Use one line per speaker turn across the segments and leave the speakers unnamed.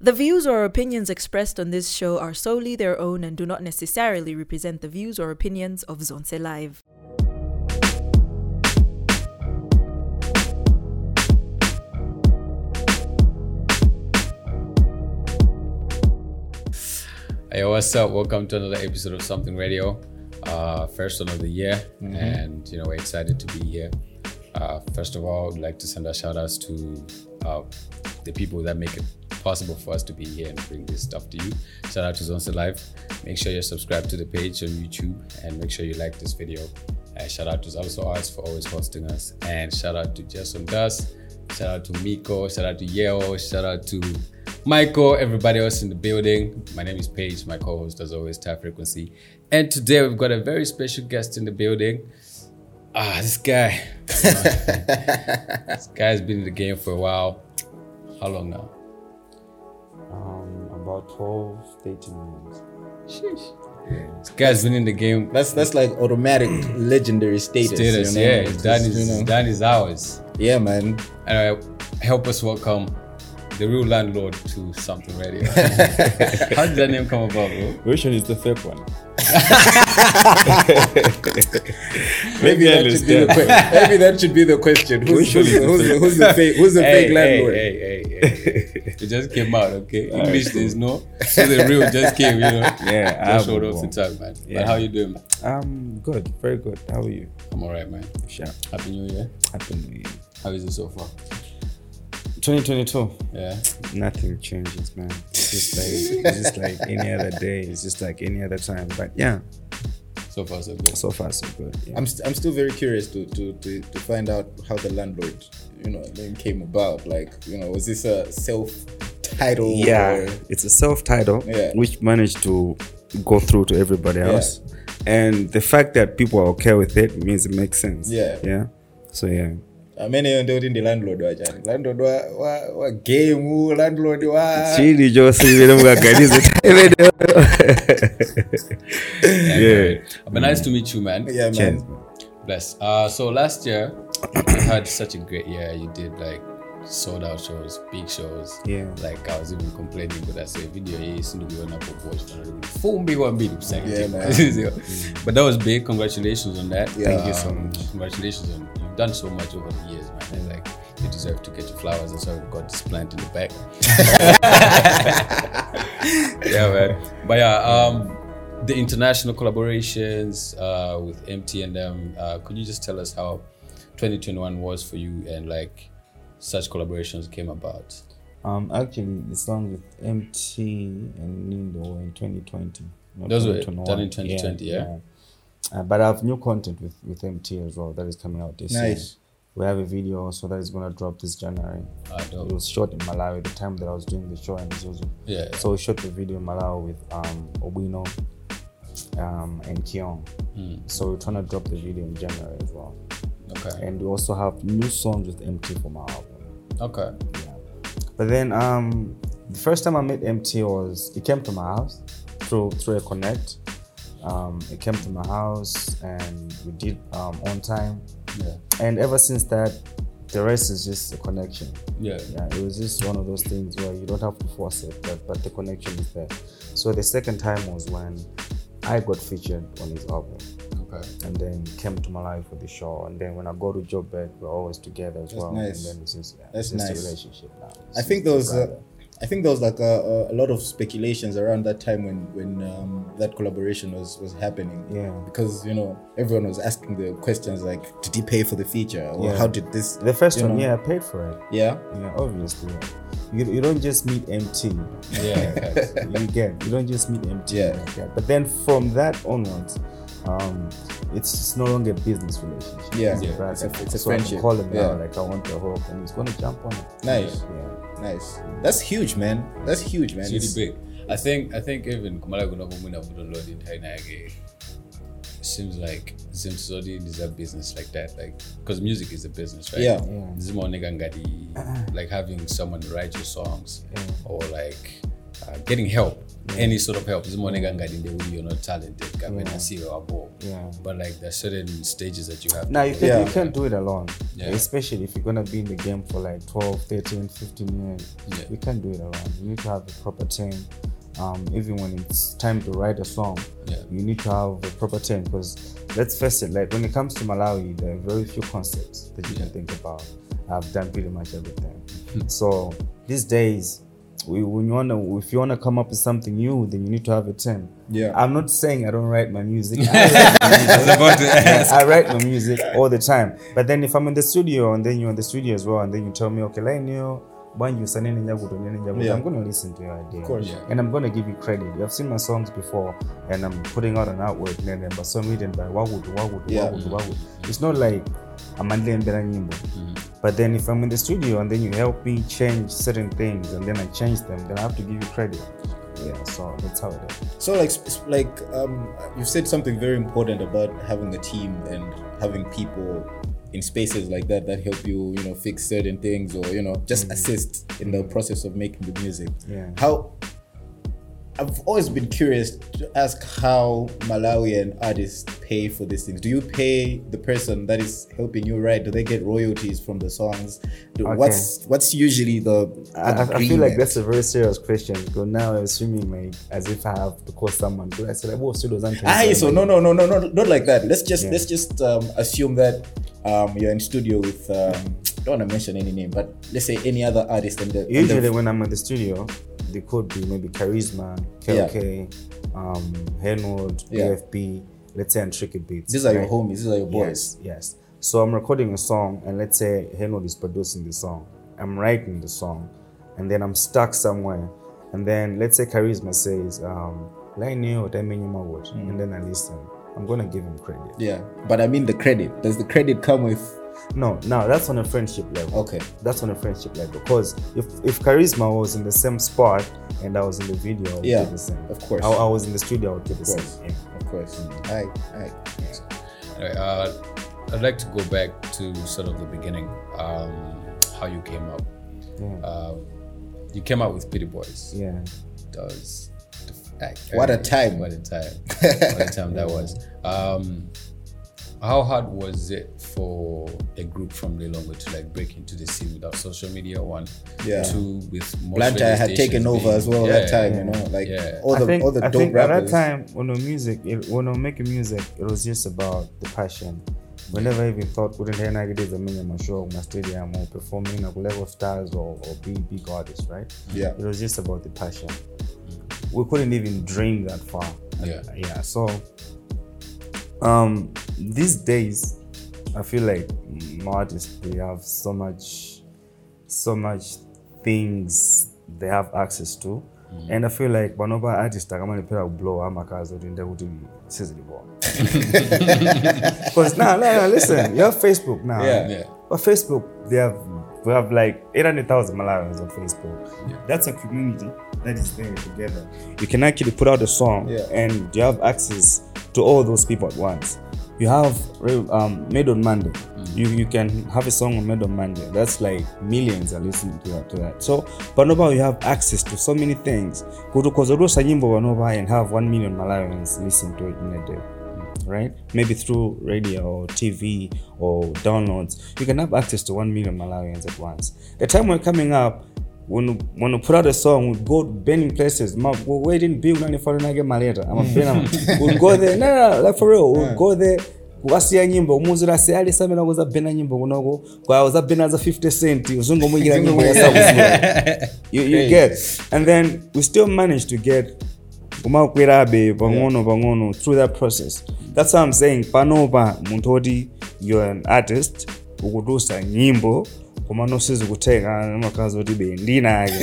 The views or opinions expressed on this show are solely their own and do not necessarily represent the views or opinions of Zonse Live.
Hey, what's up? Welcome to another episode of Something Radio. Uh, first one of the year, and you know we're excited to be here. Uh, first of all, I'd like to send our shout outs to uh, the people that make it possible for us to be here and bring this stuff to you. Shout out to Zonse Live. Make sure you're subscribed to the page on YouTube and make sure you like this video. Uh, shout out to Zalso Arts for always hosting us, and shout out to Jason Das. Shout out to Miko. Shout out to Yeo. Shout out to Michael, everybody else in the building. My name is Paige, my co-host as always, Ty Frequency. And today we've got a very special guest in the building. Ah, this guy. this guy's been in the game for a while. How long now?
Um, about 12 state names.
This guy's been in the game.
That's that's like automatic legendary status.
Status,
you know?
yeah.
It's
He's done
just,
his,
you know.
done his hours.
Yeah, man.
Anyway, help us welcome the real landlord to something radio. How did that name come about, bro?
Which one is the third one?
Maybe
I
that should be the que- maybe that should be the question. Who's, who's, the, who's, the, who's the fake who's the fake landlord?
Hey, hey, hey, hey. it just came out, okay? English there's no. So the real just came, you know.
Yeah, I
Just showed
would
off the
want.
tongue, man.
Yeah.
But how you doing? man?
Um, good, very good. How are you?
I'm all right, man.
Sharp.
Happy New Year.
Happy New Year.
How is it so far?
2022.
Yeah.
Nothing changes, man. It's just like it's just like any other day. It's just like any other time. But yeah,
So far, so good.
so far so good. Yeah.
I'm st- I'm still very curious to, to to to find out how the landlord, you know, name came about. Like, you know, was this a self title?
yeah, it's a self title
Yeah.
which managed to go through to everybody else. And the fact that people are okay with it means it makes sense.
Yeah.
Yeah. So yeah.
amene eh, ndio ndi landlord wachani landlord wa wa, wa game landlord wa
chili chose imene mukaganize imeneyo
Yeah.
yeah.
But nice to meet you, man.
yeah man
Bless. Uh, so last year, you had such a great year. You did like sold out shows, big shows.
Yeah.
Like I was even complaining because I said video hii sindikuiona popote. Fumbiwa mbili kusaidia.
Yeah, man.
Sio? But that was big. Congratulations on that.
Yeah. Thank you so
Um, Congratulations on you've done so much over the years, man. And like you deserve to get your flowers. That's why we've got this plant in the back. yeah, man. But yeah, um, the international collaborations uh, with MTNM. Uh, could you just tell us how 2021 was for you and like such collaborations came about?
um actually the song with mt and nindo were in 2020 not
Those were
2021.
done in 2020, yeah?
Uh, but i have new content with with mt as well that is coming out this year
Nice.
we have a video also that is going to drop this january
Ah, dope.
it was shot in malawi the time that i was doing the show and Zuzu.
Yeah.
so we shot the video in malawi with um obino um and kion so we're trying to drop the video in january as well
Okay.
and we also have new songs with MT from our album.
Okay.
Yeah. But then um, the first time I met MT was he came to my house through through a connect. Um, he came to my house and we did um, on time.
Yeah.
And ever since that, the rest is just a connection.
Yeah.
Yeah, it was just one of those things where you don't have to force it, but, but the connection is there. So the second time was when I got featured on his album
Okay.
and then came to Malawi for the show. And then when I go to Joburg, we're always together as well.
nice.
And then it's just, yeah,
That's
it's just
nice.
a relationship now. It's
I think
just
there
a
was, uh,
brother.
I think there was like uh, a, a, a lot of speculations around that time when when um, that collaboration was was happening.
Yeah.
Because you know everyone was asking the questions like, did he pay for the feature or
Yeah.
how did this?
the first
you
one,
know-
yeah, I paid for it.
Yeah.
Yeah, obviously. Yeah. You, you don't just meet MT.
Yeah. facts.
you get you don't just meet MT.
Yeah.
like that. But then from that onwards, um, it's, it's no longer a business relationship.
Yeah.
It's,
Yeah.
a brother.
It's a- it's a
so I can
friendship.
call him
Yeah.
now, like I want the hook, and he's gonna jump on it.
Nice.
Yeah.
Nice. That's huge, man. That's huge, man.
It's really big. I think I think even Kumala Gunobu Muna Budonlord in China again. It seems like seems already is a business like that. Like because music is a business, right?
Yeah.
Yeah. Uh-uh.
This is more nigga ngadi, like having someone write your songs or like uh, getting help any sort of help zimaonekangadinde uri you're not talented kapena siwe wabo
Yeah.
but like there's certain stages that you have to
Now you,
go.
can,
Yeah.
you can't do it alone,
Yeah.
especially if you're gonna be in the game for like 12, 13, 15 years.
Yeah.
You can't do it alone. You need to have a proper team. Um, even when it's time to write a song,
Yeah.
you need to have a proper team because let's face it, like when it comes to Malawi, there are very few concepts that you can
Yeah.
think about. I've done pretty much everything. so these days, we, when you wanna, if you wanna come up with something new, then you need to have a team.
Yeah.
I'm not saying I don't write my music. I write my music. I write my music all the time. But then if I'm in the studio and then you're in the studio as well, and then you tell me, okay, line you, when you send in Nyagudo, Nyagudo,
Yeah.
I'm gonna listen to your idea. Of
course.
Yeah.
And I'm gonna give you credit. You've seen my songs before and I'm putting out an artwork and but some written by Wagudu, Wagudu,
Yeah. Mm-hmm.
Wagudu, Wagudu. It's not like I'm only in Nyimbo. But then if I'm in the studio and then you help me change certain things and then I change them, then I have to give you credit. Yeah, so that's how it is.
So like sp- sp- like um, you said something very important about having a team and having people in spaces like that that help you you know fix certain things or you know just
Mm.
assist in the process of making the music.
Yeah.
How I've always been curious to ask how Malawian artists pay for these things. Do you pay the person that is helping you write? Do they get royalties from the songs? Do,
Okay.
What's what's usually the
I, I- I feel like
agreement?
that's a very serious question because now I'm assuming like as if I have to call someone. Because I said, "Well, studios aren't."
Aye, Ah, so no, no, no, no, no, not like that. Let's just
Yeah.
let's just um, assume that um, you're in studio with. Um, don't want to mention any name, but let's say any other artist and the, and
Usually,
the
when I'm at the studio, they could be maybe Charisma, KLK, um, Henwood,
Yeah.
BFB, let's say, and Tricky Beats.
these are your
right?
homies, these are your boys.
Yes, yes. So I'm recording a song, and let's say Henwood is producing the song. I'm writing the song, and then I'm stuck somewhere. And then let's say Charisma says, um, "Line you, tell me your word,"
Mm.
and then I listen. I'm gonna give him credit.
Yeah, but I mean the credit. Does the credit come with?
No, no, that's on a friendship level.
Okay,
That's on a friendship level. Because if, if Charisma was in the same spot and I was in the video, I would
Yeah,
do the same.
of course.
I, I was in the studio, I would do the
course.
same. Yeah.
of course. Aye, aye.
Alright, uh, I'd like to go back to sort of the beginning, um, how you came up.
Hmm.
Yeah.
Um, you came out with Pity Boys.
yeah.
Does
What a time.
What a time! what a time that was. Um, how hard was it for a group from Lilongwe to like break into the scene without social media? One,
Yeah.
Two, with most radio
Blantyre had taken
stations
over
being-
as well that
Yeah,
time. You know, like
Yeah.
all the
I think,
all the
I
dope
think at that
rappers.
time, when we music, it, when we making music, it was just about the passion. We never even thought we didn't have ideas of making a show, my stadium, or performing at level stars or, or being big artists, right?
Yeah.
It was just about the passion. We couldn't even dream that far.
Yeah.
yeah so um these days i feel like artists they have so much so much things they have access to and i feel like vanoba artist akamanipera kublowa makazi otoenda kuti siziliboa because now no, no, listen you have facebook now
Yeah.
Yeah.
but facebook they have we have like 800000 malawians on facebook
Yeah.
that's a community that is there together you can actually put out a song
Yeah.
and you have access to all those people at once you have re- um, made on monday you, you can have a song on made on monday that's like millions are listening to that, to that. so panoba you have access to so many things kutokozodosa nyimbo panoba and have 1 million malawians listen to it in a day right? Maybe through radio or TV or downloads, you can have access to 1 million Malawians at once. The time we're coming up, when we, when we put out a song, we go to burning places. Ma- We're waiting big money for get maleta. I'm a fan. We'll go there. No, no, like for real. We'll go there. wasiya nyimbo umuzira se ali samena kuza bena nyimbo kunoko kwa uza bena za 50 cent uzungomwingira nyimbo ya sabu you, you get and then we still manage to get umakwerabe pang'ono pang'ono through that process that's what i'm saying panopa munthu oti you're an artist ukutusa nyimbo koma nosizi kuthenga makazi oti be ndinake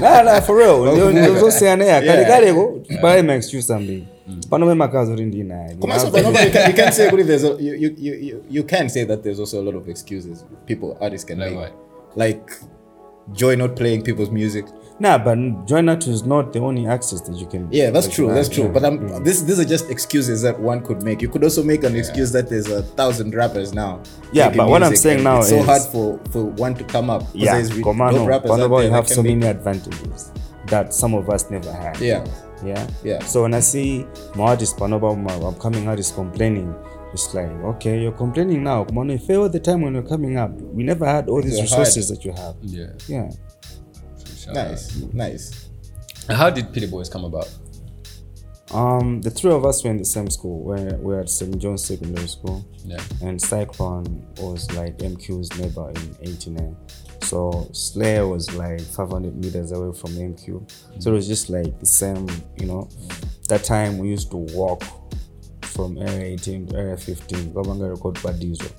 nada for real Ndio- ndio zosiyanaya kalekaleko pale my excuse something panope makazi oti ndinake
Kumaso Konoba, you, can, you can't say Kuli, there's a, you, you, you, you- you can say that there's also a lot of excuses people artists can
Like
make.
what?
Like joy not playing people's music.
nah but join us is not the only access that you can
Yeah, that's
that
true.
you
That's
have.
true.
Yeah.
But I'm,
Mm.
this these are just excuses that one could make. You could also make an excuse that there's a thousand rappers now.
Yeah,
making
but what I'm
music
saying
and
now
it's so
is-
hard for for one to come up. 'cause
yeah
there's re-
komano
dope rappers out
panopa
there
you
that
have
can
so
make-
many advantages that some of us never had.
Yeah.
Yeah.
Yeah.
So when I see my artist, Panoba, my upcoming artist complaining, it's like, okay, you're complaining now. Kumano, you fail all the time when you're coming up. We never had all these
You're
resources that you have.
Yeah.
Yeah.
Shout
Nice. Nice.
out. How did Pity Boys come about?
Um, the three of us were in the same school. We're, we're at St. John's Secondary School.
Yeah.
And Cyclone was like MQ's neighbor in 89. So Slayer was like 500 meters away from MQ. So it was just like the same, you know. That time we used to walk from area 18 to area 15, Gabanga record Padizo,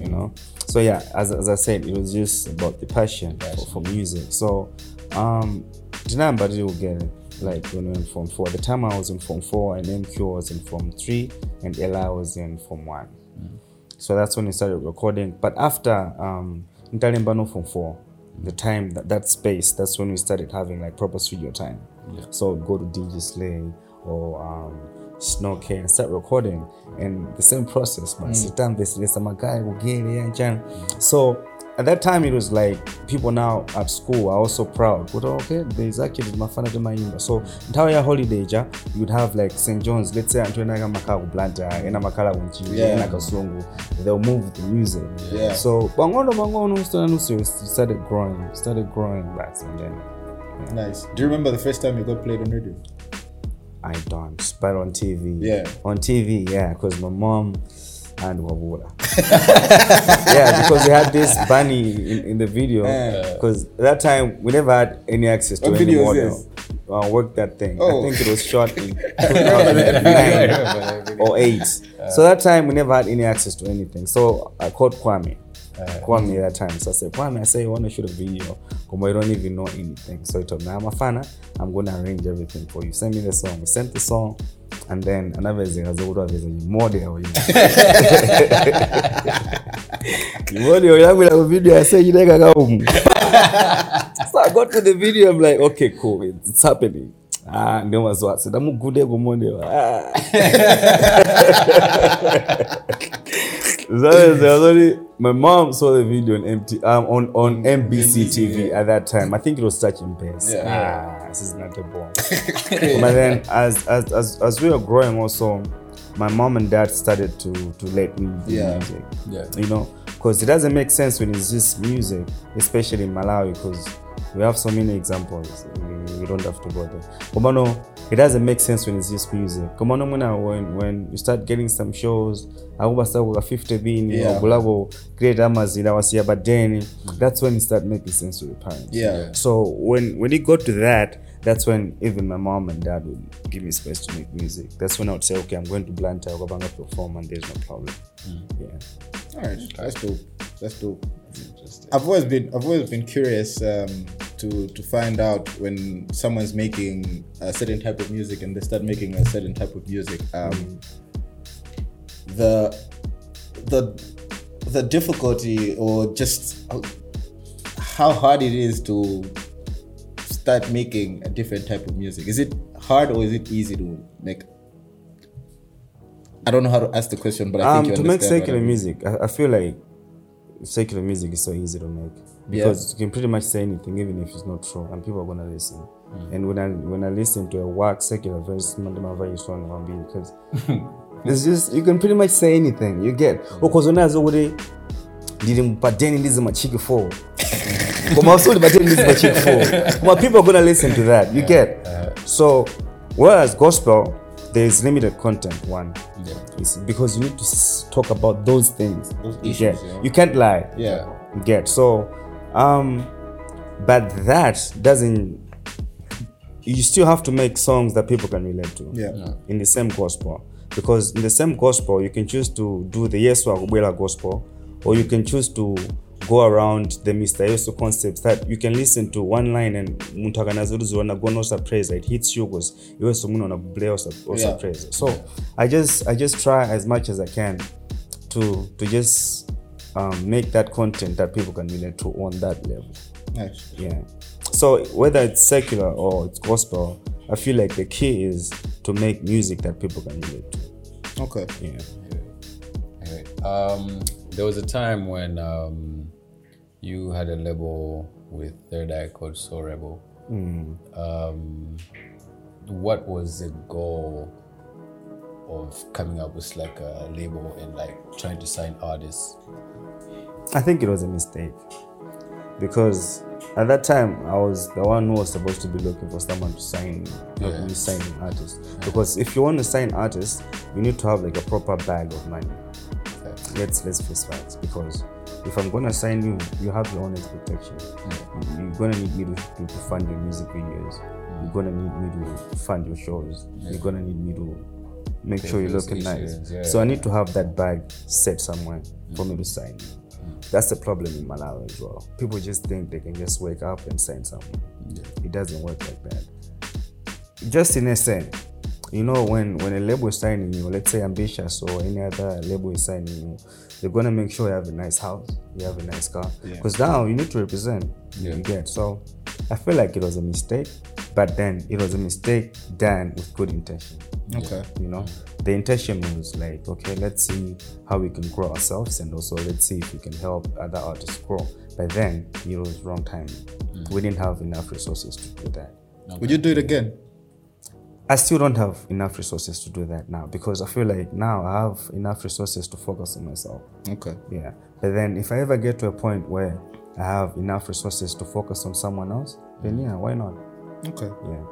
you know. So yeah, as, as I said, it was just about the passion for, for music. So um, Dinambadi will get it. Like when we were in Form 4. At the time I was in Form 4 and MQ was in Form 3 and Ella was in Form 1. So that's when we started recording. But after um Ntalimbano from four, the time that, that space, that's when we started having like proper studio time. So we'd go to DJ Slay or um Snowcare and start recording and the same process, but sit down basically some guy will get it and jam. So at that time it was like people now at school are also proud. But oh, okay, there's actually mafana to maimba. So entire holiday ja, you'd have like St. John's, let's say Antoine Makala Blanta, Ena Makala Wunchi,
Yeah.
Ena Kasungu, they'll move with the music.
Yeah.
So bangono bangono started nusu started growing, started growing back and then
Nice. Do you remember the first time you got played on radio?
I don't. But on TV,
Yeah.
on TV, yeah, because my mom and Wabula. yeah, because we had this bunny in, in the video. Because that time we never had any access to
What
any
video is
model.
this?
Uh, work that thing.
Oh.
I think it was shot in 2009. or eight. so that time we never had any access to anything. So I called Kwame. Kwame that time. So I said, Kwame, I say you want to shoot a video. Como I don't even know anything. So he told me, I'm a fan. eh? I'm gonna arrange everything for you. Send me the song. We sent the song. And then another thing, I said, model. model yangu la video I say "Yileka ka umu." so I got to the video, I'm like, okay, cool, it's, it's happening. Ah, ndio mazwasi ndamugude kumondela ah. That is the only. My mom saw the video on MT, um, on on MBC TV at that time. I think it was such Base.
Yeah.
Ah, this is not the bomb. but then, as, as as as we were growing, also, my mom and dad started to to let me do
Yeah.
music.
Yeah.
You know, because it doesn't make sense when it's just music, especially in Malawi, because we have so many examples. We, we don't have to go there. Kumano, it doesn't make sense when it's just music. Kumano, when I- when when you start getting some shows, akuba sakuka 50 bini,
Yeah. Mm.
agulako great amazina wasiya badeni, that's when it start making sense to the parents.
Yeah.
So when when it got to that, that's when even my mom and dad would give me space to make music. That's when I would say, okay, I'm going to Blanta, I'm going to perform, and there's no problem.
Mm.
Yeah.
All right. That's dope. That's dope. I've always been I've always been curious um, to to find out when someone's making a certain type of music and they start making a certain type of music. Um, the the the difficulty or just how- how hard it is to start making a different type of music. Is it hard or is it easy to make? I don't know how to ask the question, but I
Um,
think you
to make
understand what I
secular
mean.
music, I, I feel like secular music is so easy to make because you can pretty much say anything, even if it's not true, and people are gonna listen.
Mm.
And when I when I listen to a work secular verse, Mandema Vayu song I'll be because it's just you can pretty much say anything. You get
Mm.
because when I was already didn't but then it is my chick four. but my soul, but then it is my chick four. Well, people are gonna listen to that. You get so. Whereas gospel, there is limited content. One.
Yeah.
It's because you need to s- talk about those things.
Those
you
issues,
get.
yeah.
You can't lie.
Yeah.
You get. So, um, but that doesn't. You still have to make songs that people can relate to.
Yeah. Yeah.
In the same gospel, because in the same gospel you can choose to do the Yesu Akubela gospel, or you can choose to go around the Mr. Yesu concepts that you can listen to one line and muntu akanazuruzura nagona osapreza it hits you because Yesu muno nakubleya
Yeah.
osapreza. So I just I just try as much as I can to to just um, make that content that people can relate to on that level.
Nice.
Yeah. So whether it's secular or it's gospel, I feel like the key is to make music that people can relate to.
Okay.
Yeah.
Anyway, um, there was a time when um, you had a label with Third Eye called Soul Rebel. Um, what was the goal of coming up with like a label and like trying to sign artists?
I think it was a mistake because at that time I was the one who was supposed to be looking for someone to sign, like
Yeah.
you sign an artist. Because if you want to sign artists, you need to have like a proper bag of money.
Okay.
Let's let's face facts because if I'm gonna sign you, you have your own expectations. You're gonna need me to, to, to fund your music videos. You're gonna need me to fund your shows. You're gonna need me to make sure you're
those
looking
issues,
nice.
yeah.
So I need to have that bag set somewhere for me to sign. That's the problem in Malawi as well. People just think they can just wake up and sign someone. It doesn't work like that. Just in a sense, you know, when when a label is signing you, let's say Ambitious or any other label is signing you, they're gonna make sure you have a nice house, you have a nice car, because now you need to represent.
Yeah.
You get so. I feel like it was a mistake, but then it was a mistake done with good intention
Okay.
you know the intention was like okay let's see how we can grow ourselves and also let's see if we can help other artists grow but then it was wrong timing we didn't have enough resources to do that
Would you do it again?
i still don't have enough resources to do that now because i feel like now i have enough resources to focus on myself
Okay.
yeah but then if i ever get to a point where i have enough resources to focus on someone else then yeah why not
Okay.
yeah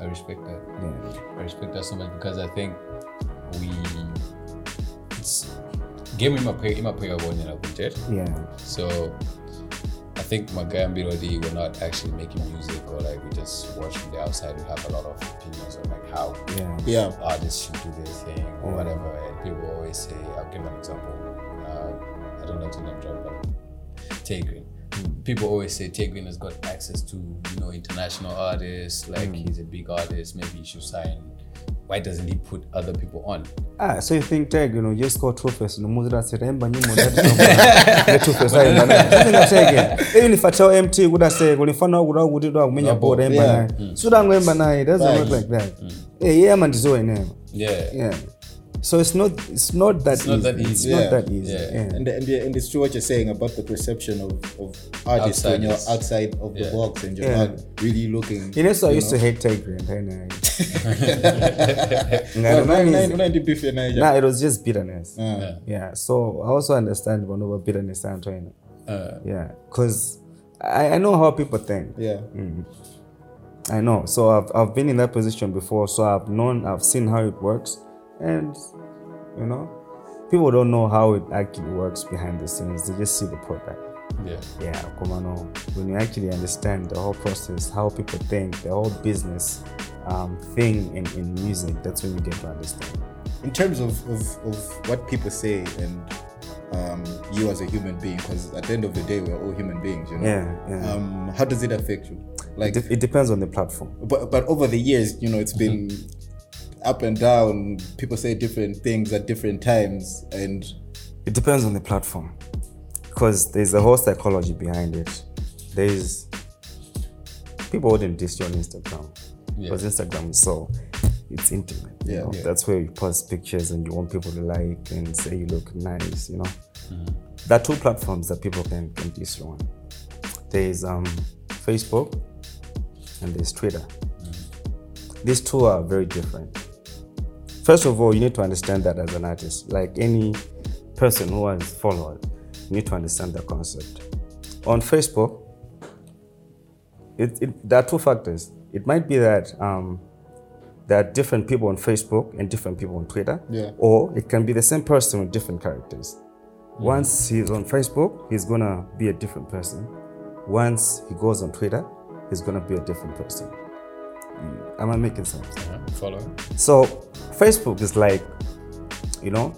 I respect that.
yeah
I respect that so much because I think we it's game imaphe- imaphewa bonye nakutet
yeah
so I think Magaya and Birodi were not actually making music or like we just watch from the outside and have a lot of opinions on like how
yeah
Yeah.
artists should do their thing or whatever. And people always say, I'll give an example. Uh, I don't like to name drop, but Tay Green. People always say Tay Green has got access to you know international artists. Like he's a big artist. Maybe he should sign. Why doesn't he put other people on?
Ah, so you think tag you know just call Tuface nomuzira sira emba nyimbo ndati Tuface ayimba nayo singa tag even if I tell MT would I say kulifana kuda kuti da kumenya
Nabo,
board emba
yeah.
nayo so dango emba nayo it doesn't work
Right.
like
Mm.
that eh yeah man ndizo eneo
Yeah.
yeah so it's not it's not that
It's not that
it's
easy,
not
yeah.
that easy
Yeah.
yeah.
And, and, and it's true what you're saying about the perception of, of artists when you're
Outsiders.
outside of the
Yeah.
box and you're
Yeah.
not really looking.
you know so I used to hate tag and then
Well, when I-
I
when I did beef in Nigeria,
Nah, it was just bitterness
uh,
yeah so i also understand whenever bitterness and trying
Uh,
yeah because I, I know how people think
yeah.
I know. So I've, I've been in that position before. So I've known, I've seen how it works. And, you know, people don't know how it actually works behind the scenes. They just see the product.
yeah.
Yeah, come on. oh. When you actually understand the whole process, how people think, the whole business um, thing in, in music, that's when you get to understand.
in terms of, of, of what people say and um, you as a human being because at the end of the day we're all human beings you know
Yeah, yeah.
Um, how does it affect you like
It, it depends on the platform.
but, but over the years you know it's been up and down people say different things at different times and
It depends on the platform. Because there's a whole psychology behind it. There's people wouldn't diss you on Instagram. Because Instagram is so it's intimate. you
Yeah,
know?
yeah.
That's where you post pictures and you want people to like and say you look nice, you know.
Mm-hmm.
There are two platforms that people can, can diss you on. There's um Facebook and there's Twitter.
Mm-hmm.
These two are very different. First of all, you need to understand that as an artist, like any person who has followers, you need to understand the concept. On Facebook, it, it, there are two factors. It might be that um, there are different people on Facebook and different people on Twitter,
Yeah.
or it can be the same person with different characters. Once he's on Facebook, he's gonna be a different person. Once he goes on Twitter, he's gonna be a different person. Mm. Am I making sense?
Uh-huh. Follow.
So Facebook is like, you know,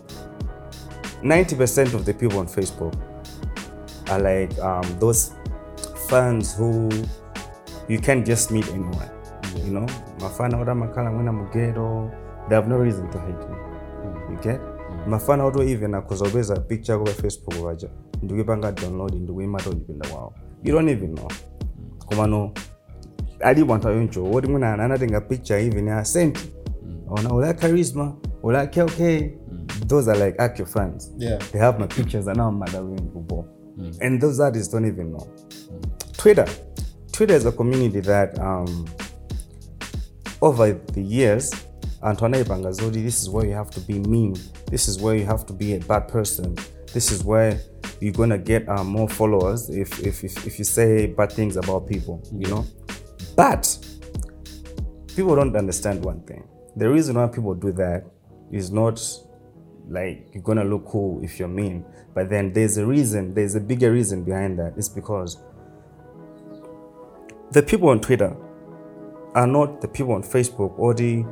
90% of the people on Facebook are like um, those fans who you can't just meet anyone. You know, mafana oda makala mwena mugedo, they have no reason to hate me. You get? mafana oto even akuzobeza picture kwa facebook waja ndikuipanga download ndikuimata uchipinda kwawo you don't even know komano ali panthu ayonjo woti mwina ana anatenga picture even ya senti ona ula charisma ula kk those are like actual friends
Yeah.
they have my pictures and now i'm madaweni kubo and those artists don't even know twitter Twitter is a community that um, over the years, Antoine Bangazodi, this is where you have to be mean. This is where you have to be a bad person. This is where you're gonna get uh, more followers if, if if if you say bad things about people. You know, but people don't understand one thing. The reason why people do that is not like you're gonna look cool if you're mean, but then there's a reason. There's a bigger reason behind that. It's because the people on Twitter are not the people on Facebook or the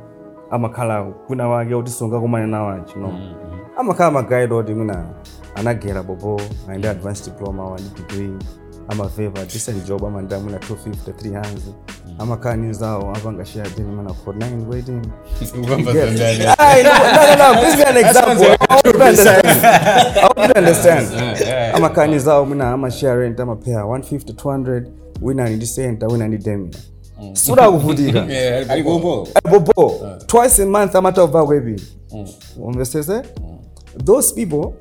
amakhala kuna wake kuti sungakumane nawo achi no
Mm,
amakhala magaidi oti mwina anagera bobo aende advanced diploma wani degree amaveva decent job amanda mwina 250 300
Mm.
amakhala news awo apanga share deni mwina for 9 waiting
Yeah.
I know, no, no, no. Please be an example. I want you to understand. I want you to
Yeah.
understand. I'm a kani zao mina ama share rent ama pair 150 200 wina ni center wina ni demi.
Mm.
Sura kuvutika.
Arigobo.
Eh, Bobo twice a month amata uva webi. Umvesese? Those people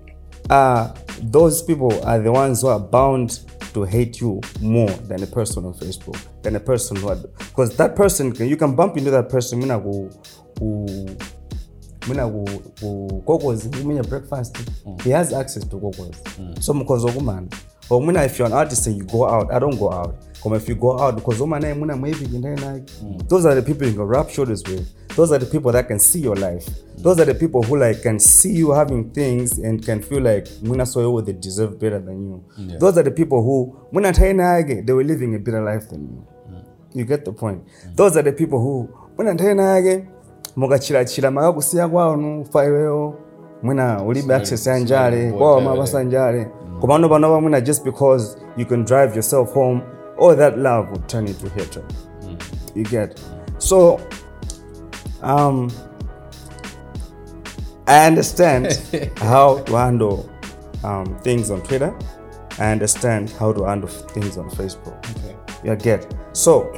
are those people are the ones who are bound to hate you more than a person on Facebook than a person who because that person can, you can bump into that person mina ku ku mina ku ku kokozi kumenya breakfast he has access to kokozi so mukhozi wokumana or mina if you're an artist and you go out i don't go out come if you go out because omanaye muna mweviki ndaye naye those are the people you can rub shoulders with those are the people that can see your life those are the people who like can see you having things and can feel like muna soyo they deserve better than you those are the people who muna ndaye naye they were living a better life than you you get the point those are the people who mwina ndaye naye mukachirachira makakusiya kwanu faiweyo mwina ulibe access ya njale kwawo mabasa njale komano pano pamwina just because you can drive yourself home all that love will turn into hatred you get so um, I understand how to handle um, things on Twitter. I understand how to handle things on Facebook. Okay. You get so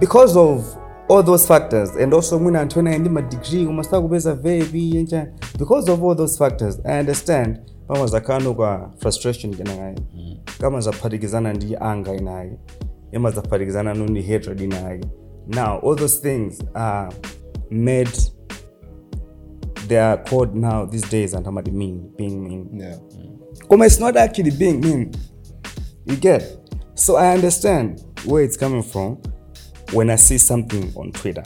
because of all those factors, and also when Antonia and my degree, we must have a very big engine. because of all those factors, I understand. Kama za kano kwa frustration inayo kama za parikizana ndi anger inayo ema za parikizana nundi hatred inayo now all those things are made they are called now these days and somebody mean being mean
Yeah.
Koma, it's not actually being mean you get so i understand where it's coming from when i see something on twitter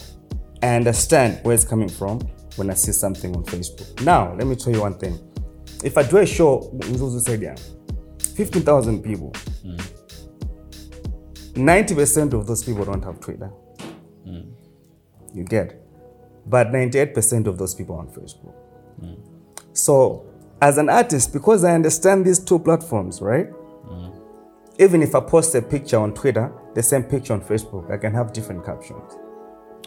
i understand where it's coming from when i see something on facebook now let me tell you one thing if i do a show mzuzu said yeah 15000 people 90% of those people don't have twitter you get but 98% of those people are on facebook so, as an artist, because I understand these two platforms, right? Even if I post a picture on Twitter, the same picture on Facebook, I can have different captions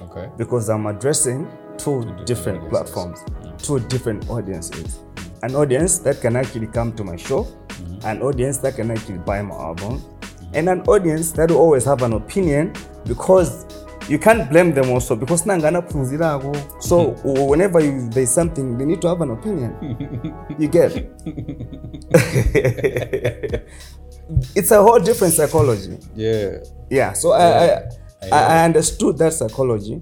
Okay.
because I'm addressing two different
audiences.
platforms, two different audiences. An audience that can actually come to my show, an audience that can actually buy my album, and an audience that will always have an opinion because you can't blame them also because nanganaphunzirako. So w- whenever you, there's something, they need to have an opinion. you get. it's a whole different psychology
Yeah.
yeah so I, I, I, I understood that psychology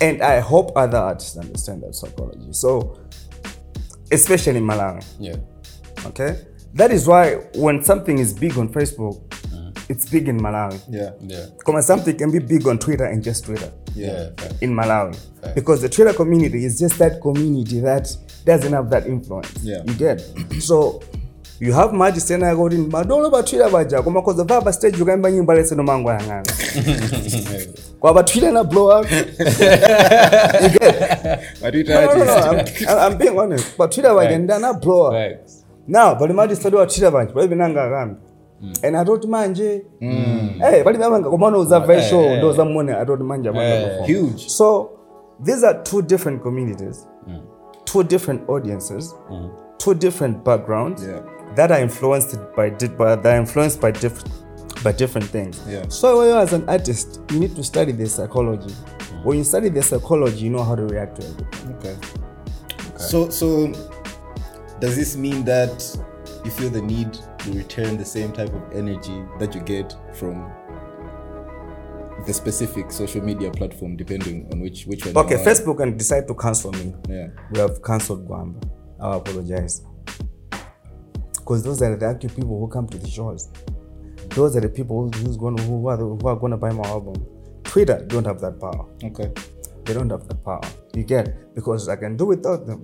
and i hope other artists understand that psychology so especially in malawi
Yeah.
okay that is why when something is big on facebook it's big in malawi
Yeah.
Yeah.
Kama something can be big on twitter and just twitter
Yeah. fair.
in malawi because the twitter community is just that community that doesn't have that influence
Yeah.
you get so you have maji sena yakoti madolo pa twitter paja koma koza va pa stage ukaimba nyimbo aleseno mango yang'ana kwapa twitter na blow up
I do
no, no, no,
that.
I'm, I'm I'm being honest. But Twitter right. and na blow up.
Facts.
Now, but imagine study what Twitter bunch, but binanga akambi.
Hmm.
And I don't manje. eh, Hey, but imagine kumano uza very
Eh,
show
eh.
ndo za mone I don't manje
Eh,
abantu.
Huge.
So, these are two different communities.
Mm.
Two different audiences. Two different backgrounds
Yeah.
that are influenced by, di- by that are influenced by different by different things.
Yeah.
So when you as an artist, you need to study the psychology.
Mm.
When you study the psychology, you know how to react to it.
Okay. So so does this mean that you feel the need to return the same type of energy that you get from the specific social media platform, depending on which which one.
Okay,
you are.
Facebook can decide to cancel me.
Yeah.
We have cancelled Gwamba. I apologize. Because those are the active people who come to the shows. Those are the people who- who's going who are, the- who are going to buy my album. Twitter don't have that power.
Okay.
They don't have that power. You get it? because I can do without them.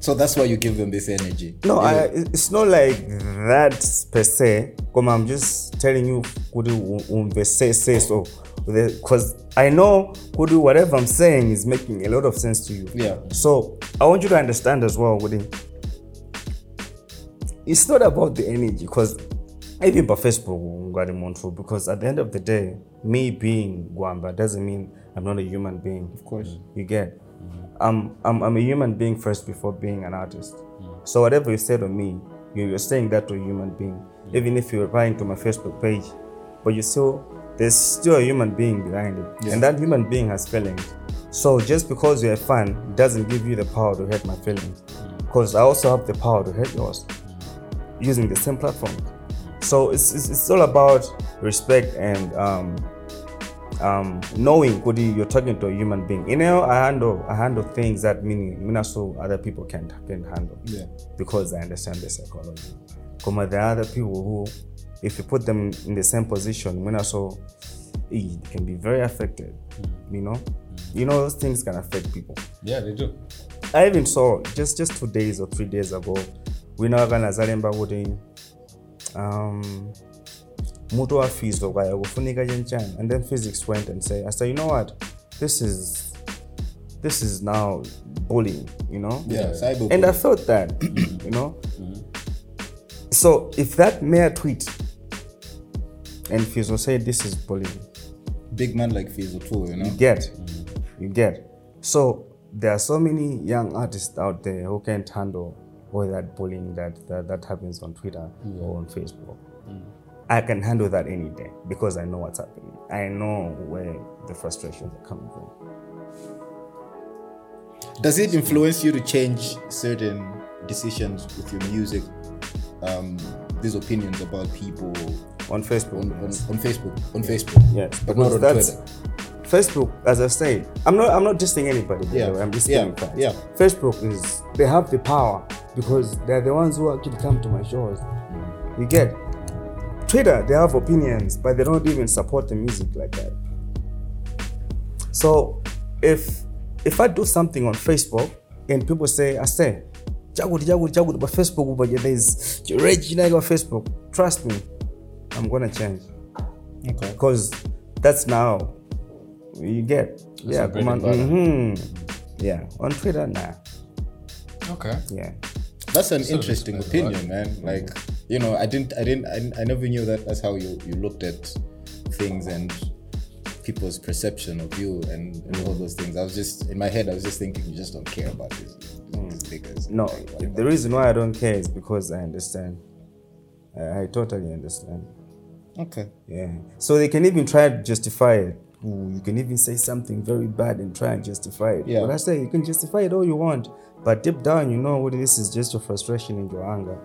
So that's why you give them this energy.
No, I, it's not like that per se. Come, I'm just telling you, could you say say so? Because I know could whatever I'm saying is making a lot of sense to you.
Yeah.
So I want you to understand as well, Woody. It's not about the energy, because even by Facebook, ngwari muntu, because at the end of the day, me being Gwamba doesn't mean I'm not a human being. Mm-hmm.
Of course. Mm-hmm.
You get? I'm, I'm, I'm a human being first before being an artist.
Mm-hmm.
So whatever you say to me, you, you're saying that to a human being. Even if you're replying to my Facebook page, but you still, there's still a human being behind it. And that human being has feelings. So just because you're a fan doesn't give you the power to hurt my feelings.
Mm-hmm.
Because I also have the power to hurt yours using the same platform. So it's, it's, it's all about respect and um, um, knowing could you- you're talking to a human being. You know, I handle I handle things that meaning mean so other people can can handle.
Yeah.
Because I understand the psychology. Come there are other people who, if you put them in the same position, when I saw it can be very affected. You know? You know those things can affect people.
Yeah, they do.
I even saw just just two days or three days ago, winaka nazalemba kuti um, mutu wa fizo kwaya kufunika chenchani and then physics went and say, I said, you know what, this is this is now bullying, you know?
Yeah. Cyber.
And I felt that, you know. So if that mere tweet and Fizo said this is bullying,
big man like Fizzle too, you know.
you get you get so there are so many young artists out there who can't handle all that bullying that that, that happens on twitter or on facebook
Mm.
i can handle that any day because i know what's happening i know where the frustrations are coming from
Does it influence you to change certain decisions with your music? Um, these opinions about people
on facebook
on, on, on Facebook, on Facebook,
yes
but not
because
on
that's
Twitter.
facebook as i said i'm not i'm not dissing anybody by the
Yeah,
way, i'm just
yeah,
stating facts.
yeah.
facebook is they have the power because they're the ones who actually come to my shows you get Twitter, they have opinions, but they don't even support the music like that. So if if I do something on Facebook and people say, I say, Jagudi, Jagudi, Jagudi, but Facebook, but yeah, there's you rage, you know, on Facebook. Trust me, I'm gonna change.
Okay.
Because that's now you get. yeah,
your bread
come on.
and butter.
mhm. Yeah. On Twitter, nah.
Okay.
Yeah.
That's an
Sort of
interesting
explains a lot.
opinion, man. Like, you know, I didn't, I didn't, I, I never knew that. That's how you you looked at things and people's perception of you and, and all those things. I was just in my head. I was just thinking, you just don't care about these, these niggas.
Mm. No,
Like, whatever.
the reason why I don't care is because I understand. I, I totally understand.
Okay.
Yeah. So they can even try to justify it. Ooh, you can even say something very bad and try and justify it.
Yeah.
But I say you can justify it all you want. But deep down, you know what this is just your frustration and your anger.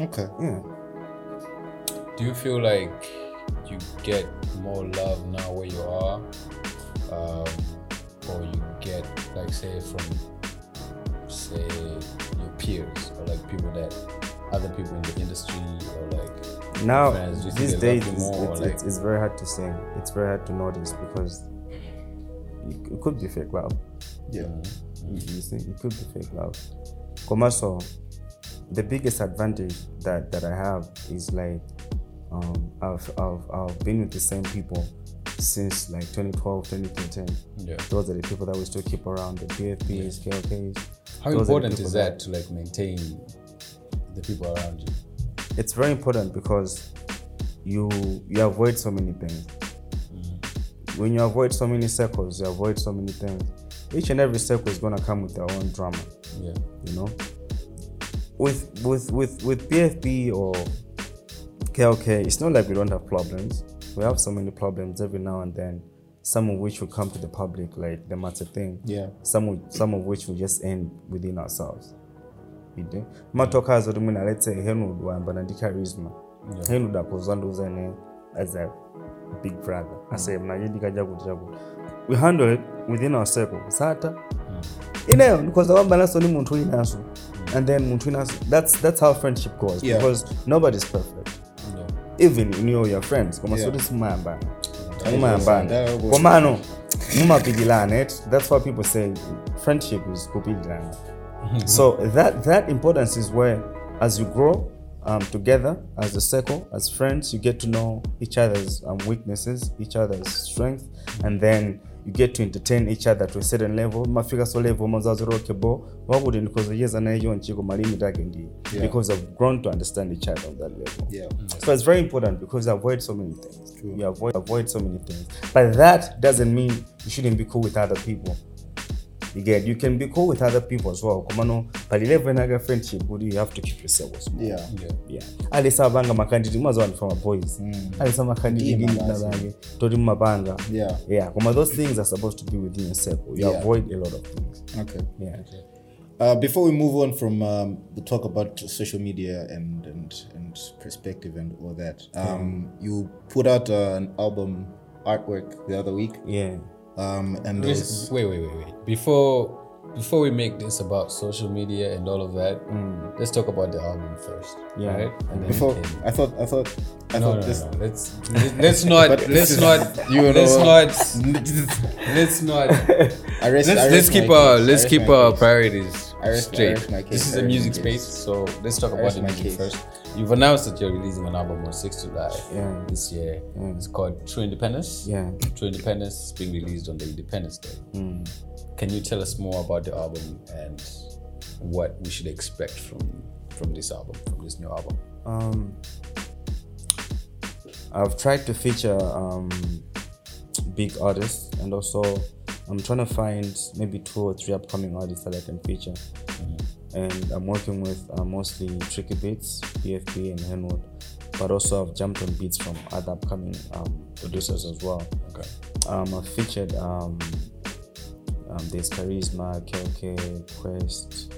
Okay.
Yeah.
Do you feel like you get more love now where you are, um, or you get like say from say your peers or like people that other people in the industry or like
Now,
friends? Do you think
these
they
days,
love you
it's,
more,
it's,
like-
it's, it's very hard to say. It's very hard to notice because it, it could be fake love.
Yeah.
You you see, it could be fake love. Komaso, the biggest advantage that, that I have is like um, I've, I've, I've been with the same people since like 2012, 2013.
Yeah.
Those are the people that we still keep around, the BFPs, KLKs.
How
Those are the
important
people
is that to like maintain the people around you?
it's very important because you you avoid so many things. When you avoid so many circles, you avoid so many things. Each and every circle is gonna come with their own drama.
Yeah.
you know with with with with pfb or klk it's not like we don't have problems we have so many problems every now and then some of which will come to the public like the matter thing
Yeah.
some will, some of which will just end within ourselves you know matoka azoti mwina let's say henwood wayamba na ndi charisma henwood akozwa ndi uzene as a big brother ase mnajidikaja kutichakuta we handle it within our circle sata
Mm.
ineyo because kwamba naso ni muntu inaso and then muntu inaso that's, that's how friendship goes
Yeah.
because nobody's perfect even in your, your friends koma yeah.
Yeah.
soti simayambana
That
mumayambana
was- that was-
komano mumapidilana it that's why people say friendship is kupidilana so that that importance is where as you grow um, together as a circle as friends you get to know each other's um, weaknesses each other's strength and then you get to entertain each other to a certain level mafika so level mazazirokebo wakuti ndikhozeyeza naye yonchiko malimit ake ndi
Yeah.
because i've grown to understand each other on that level
Yeah.
so it's very important because you avoid so many things. You avoid avoid so many things. But that doesn't mean you shouldn't be cool with other people. You get you can be cool with other people as well. Kumano, but eleven aga friendship, but you have to keep yourself small.
Yeah.
Yeah. Alisa banga makandidi mazwani from a boys. Alisa makandidi
Ndiye
dini
mabasi.
nabage. Tori mabanga.
Mm. Yeah.
Yeah. Kuma those things are supposed to be within your circle. You
Yeah.
avoid a lot of things.
Okay.
Yeah.
Uh, before we move on from um, the talk about social media and and, and perspective and all that, um, you put out uh, an album artwork the other week,
Yeah.
um, and there was-
Wait, wait, wait, wait, wait. Before before we make this about social media and all of that, let's talk about the album first.
Yeah.
Right? And then
Mm. before
we can-
I thought I thought I
no,
thought
no,
this.
no, no. Let's let's not
But
let's
this is-
not
you know-
let's not let's not
I rest- I
let's,
rest
let's
my
keep
case.
our
I
let's
rest
keep uh,
my
our
case.
priorities
I rest- I
straight.
rest my case.
This is a
I rest my
music
case.
space, so let's talk about
rest
the
my
music
case.
first. You've announced that you're releasing an album on 6th July
Yeah.
this year. It's called True Independence.
Yeah.
True Independence is being released on the Independence Day.
Hmm.
Can you tell us more about the album and what we should expect from from this album, from this new album?
um, I've tried to feature um, big artists, and also I'm trying to find maybe two or three upcoming artists that I can feature. And I'm working with uh, mostly Tricky Beats, BFB, and Henwood, but also I've jumped on beats from other upcoming um, producers as well.
Okay.
Um, I've featured um, um, there's Charisma, KLK, Quest,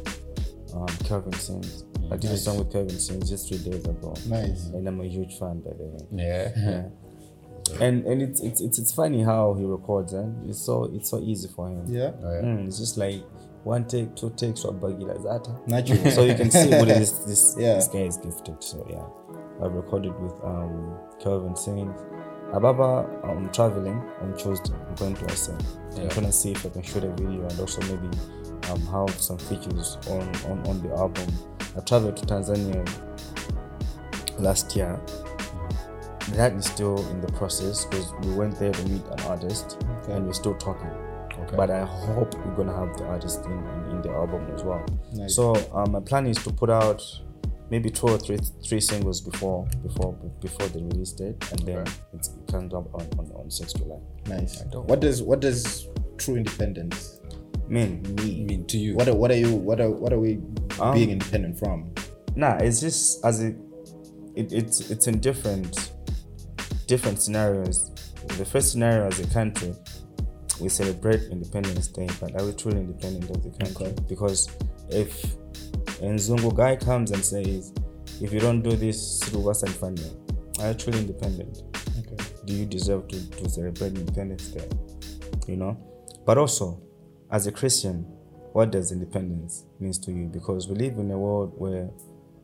um, Kelvin Sims. I did a song with Kelvin Sims just three days ago.
Nice.
And I'm a huge fan by the way.
Yeah.
Yeah. And and it's it's it's, it's funny how he records and it's so it's so easy for him.
Yeah.
Mm, it's just like one take, two takes, or baggy like that.
Natural.
so you can see what this this,
Yeah.
this guy is gifted. So yeah, I recorded with um Kelvin Sims. Ababa, I'm traveling on Tuesday. I'm going to Assen. I'm
Yeah.
going to see if I can shoot a video and also maybe um, have some features on, on, on the album. I traveled to Tanzania last year. That is still in the process because we went there to meet an artist and we're still talking.
Okay.
But I hope we're gonna have the artist in, in, in the album as well.
Nice.
So um, my plan is to put out maybe two or three three singles before before before the release date, and then it's, it comes up on on, on 6 July.
nice. What does what does true independence?
Man,
I mean to you.
What are, what are you? What are what are we
Um,
being independent from?
nah, it's just as it, it it's it's in different different scenarios. The first scenario as a country, we celebrate Independence Day, but are we truly independent as a country? Because if a Zungu guy comes and says, if you don't do this, Sirugas and Fanya, are you truly independent?
Okay.
do you deserve to, to celebrate Independence Day? You know? But also, as a Christian, what does independence means to you? Because we live in a world where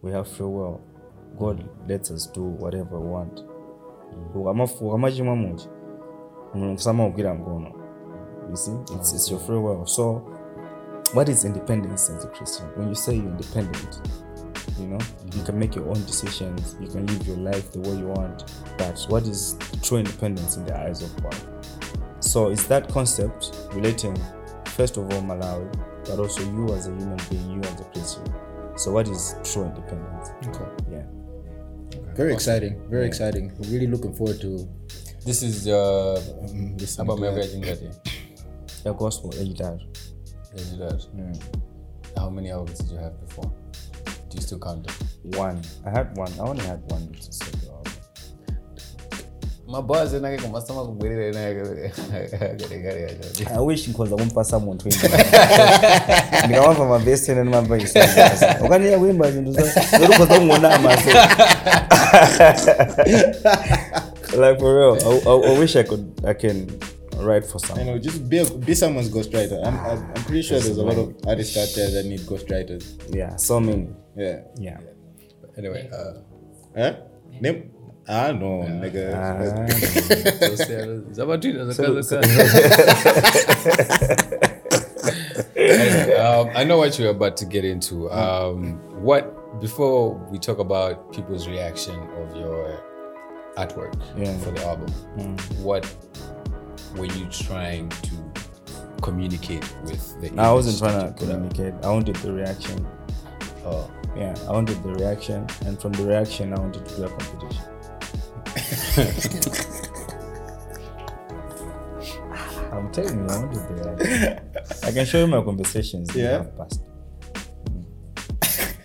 we have free will. God lets us do whatever we want. Ukamafu- ukamachimwa muchi, Mulungu samawukira ngono. You see, it's, it's your free will. So, what is independence as a Christian? When you say you're independent, you know you can make your own decisions you can live your life the way you want but what is true independence in the eyes of god so it's that concept relating first of all malawi but also you as a human being you as a christian so what is true independence
Okay.
yeah
Very exciting. Very exciting. We're really looking forward to
This is uh
um, listening
about
to
my
that.
wedding day.
the gospel that you died
Yes, it does. How many albums did you have before? Do you still count them?
one i had one i only had one to say the album.
mabosi enake kumasama kubwerera enake
i wish nkonza kumpasa muntu ndikamamva mavhesi ene nimamva ukanyanya kuimba zvinhu zori konza kungona amase like for real. I, I, I wish I could. I can write for
You
some.
know, just be, a, be someone's ghostwriter. I'm, I'm, I'm pretty sure there's a lot of artists out there that need ghostwriters.
Yeah, so many.
Yeah.
Yeah.
Anyway, uh,
Huh? Name? Ah, no, nigga.
Uh-huh.
Ah.
Zabatino, Anyway, um, I know what you're about to get into. Um, what before we talk about people's reaction of your artwork
Yeah. Mm.
for the album, what were you trying to communicate with the?
No, I wasn't
image
trying
that
to
you put out?
communicate. I wanted the reaction.
Oh,
Yeah, I wanted the reaction, and from the reaction, I wanted to do a competition. I'm telling you, I wanted the reaction. I can show you my conversations. that
Yeah?
I've passed.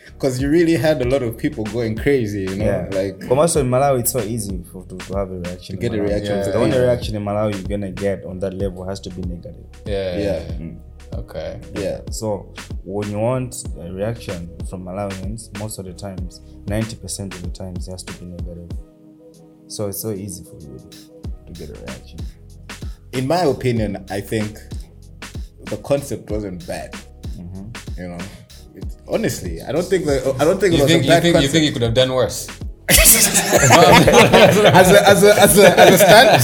Because you really had a lot of people going crazy, you know?
Yeah.
Like,
But also in Malawi, it's so easy for to, to have a reaction.
To get
in
a
Malawi.
reaction
to
The only
that.
reaction in Malawi you're gonna get on that level has to be negative.
yeah, Mm.
Yeah.
Okay.
yeah.
So when you want a reaction from Malawians, most of the times, ninety percent of the times, it has to be negative. So it's so easy for you to get a reaction.
In my opinion, I think the concept wasn't bad. You know? It's, honestly, I don't think that, I don't think it
Mm-hmm. You think
was a
you
bad
think you
concept.
think you could have done worse?
as a as a as a, as a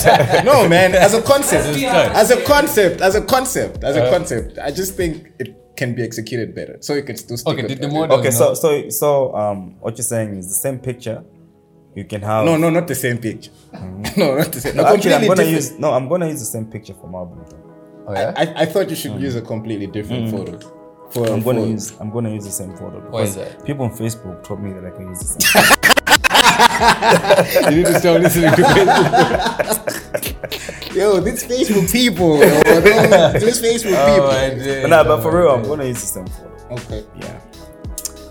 stunt? No, man. As a concept.
As a stunt.
As a concept. As a concept. As a
Uh-huh.
concept. I just think it can be executed better, so you can still stick
Okay,
with
did the
that.
model?
Okay,
know-
so so so um, what you're saying is the same picture. You can have
No, no, not the same picture.
Mm.
no, not the same. No,
No, actually, I'm gonna
completely
use
different.
no. I'm gonna use the same picture for Marlboro.
Oh, yeah?
I, I thought you should
Mm.
use a completely different photo. For,
I'm gonna
for-
use I'm gonna use the same photo.
Why is
because
that?
People on Facebook told me that I can use the same.
you need to stop listening to me.
Yo, these Facebook people. yo, bro, these Facebook
Oh,
people.
I did.
no, but for
Oh,
real,
I
I'm
did.
gonna use the same photo.
Okay.
Yeah.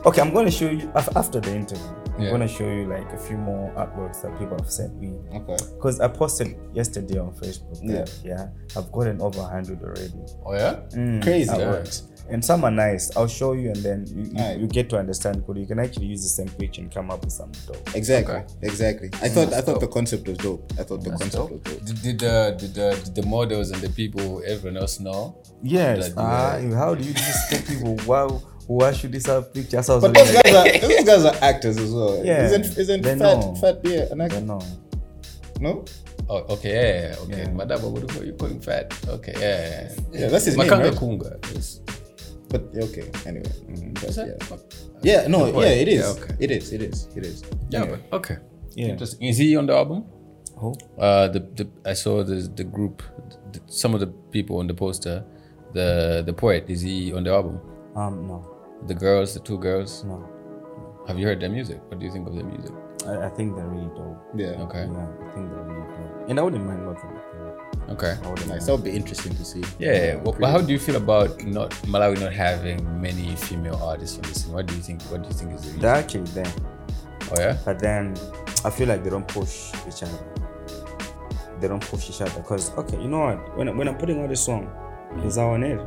Okay, I'm gonna show you af- after the interview. I'm
Yeah.
gonna show you like a few more artworks that people have sent me.
Okay.
Because I posted yesterday on Facebook. that, yeah. I've gotten over hundred already.
Oh yeah.
Crazy.
Yeah.
Artworks. And some are nice. I'll show you, and then you, you,
Aight.
you get to understand. Because you can actually use the same picture and come up with some dope.
Exactly.
Okay. Mm,
Exactly. I thought I thought the concept was dope. I thought the concept
So,
was dope.
did, did, the, did the did the models and the people everyone else know?
Yes.
Bloody
Ah,
hell.
how do you just tell people? Wow, why should this have pictures? I was
But
like,
those guys are those guys are actors as well.
Yeah,
Isn't isn't
they
fat
know.
fat beer an
I
actor?
don't know.
No.
Oh, okay, yeah, yeah, okay.
Yeah.
Madaba, what are you calling fat? Okay, yeah.
Yeah, that's his name,
Makanga
right?
Kunga. Is,
But okay. Anyway. Mm, But,
is that?
yeah.
Yeah,
Yeah, no,
Good point.
yeah, it is.
Yeah, okay.
It is, it is, it is. Anyway.
but okay.
Yeah.
Interesting. Is he on the album?
Who?
Uh, the, the I saw the the group, the, some of the people on the poster, the the poet. Is he on the album?
Um, no,
The girls, the two girls.
no.
Have you heard their music? What do you think of their music?
I, I think they're really dope.
yeah.
Okay,
Yeah, I think they're really cool. And I wouldn't mind working with them.
okay.
I wouldn't
Nice.
mind.
That would be interesting to see.
Yeah, yeah. Well, how do you feel about not Malawi not having many female artists on the scene? What do you think? What do you think is the reason?
They're actually there.
oh yeah,
But then I feel like they don't push each other. They don't push each other. Because, okay, you know what? When, when I'm putting out a song, it's our on it.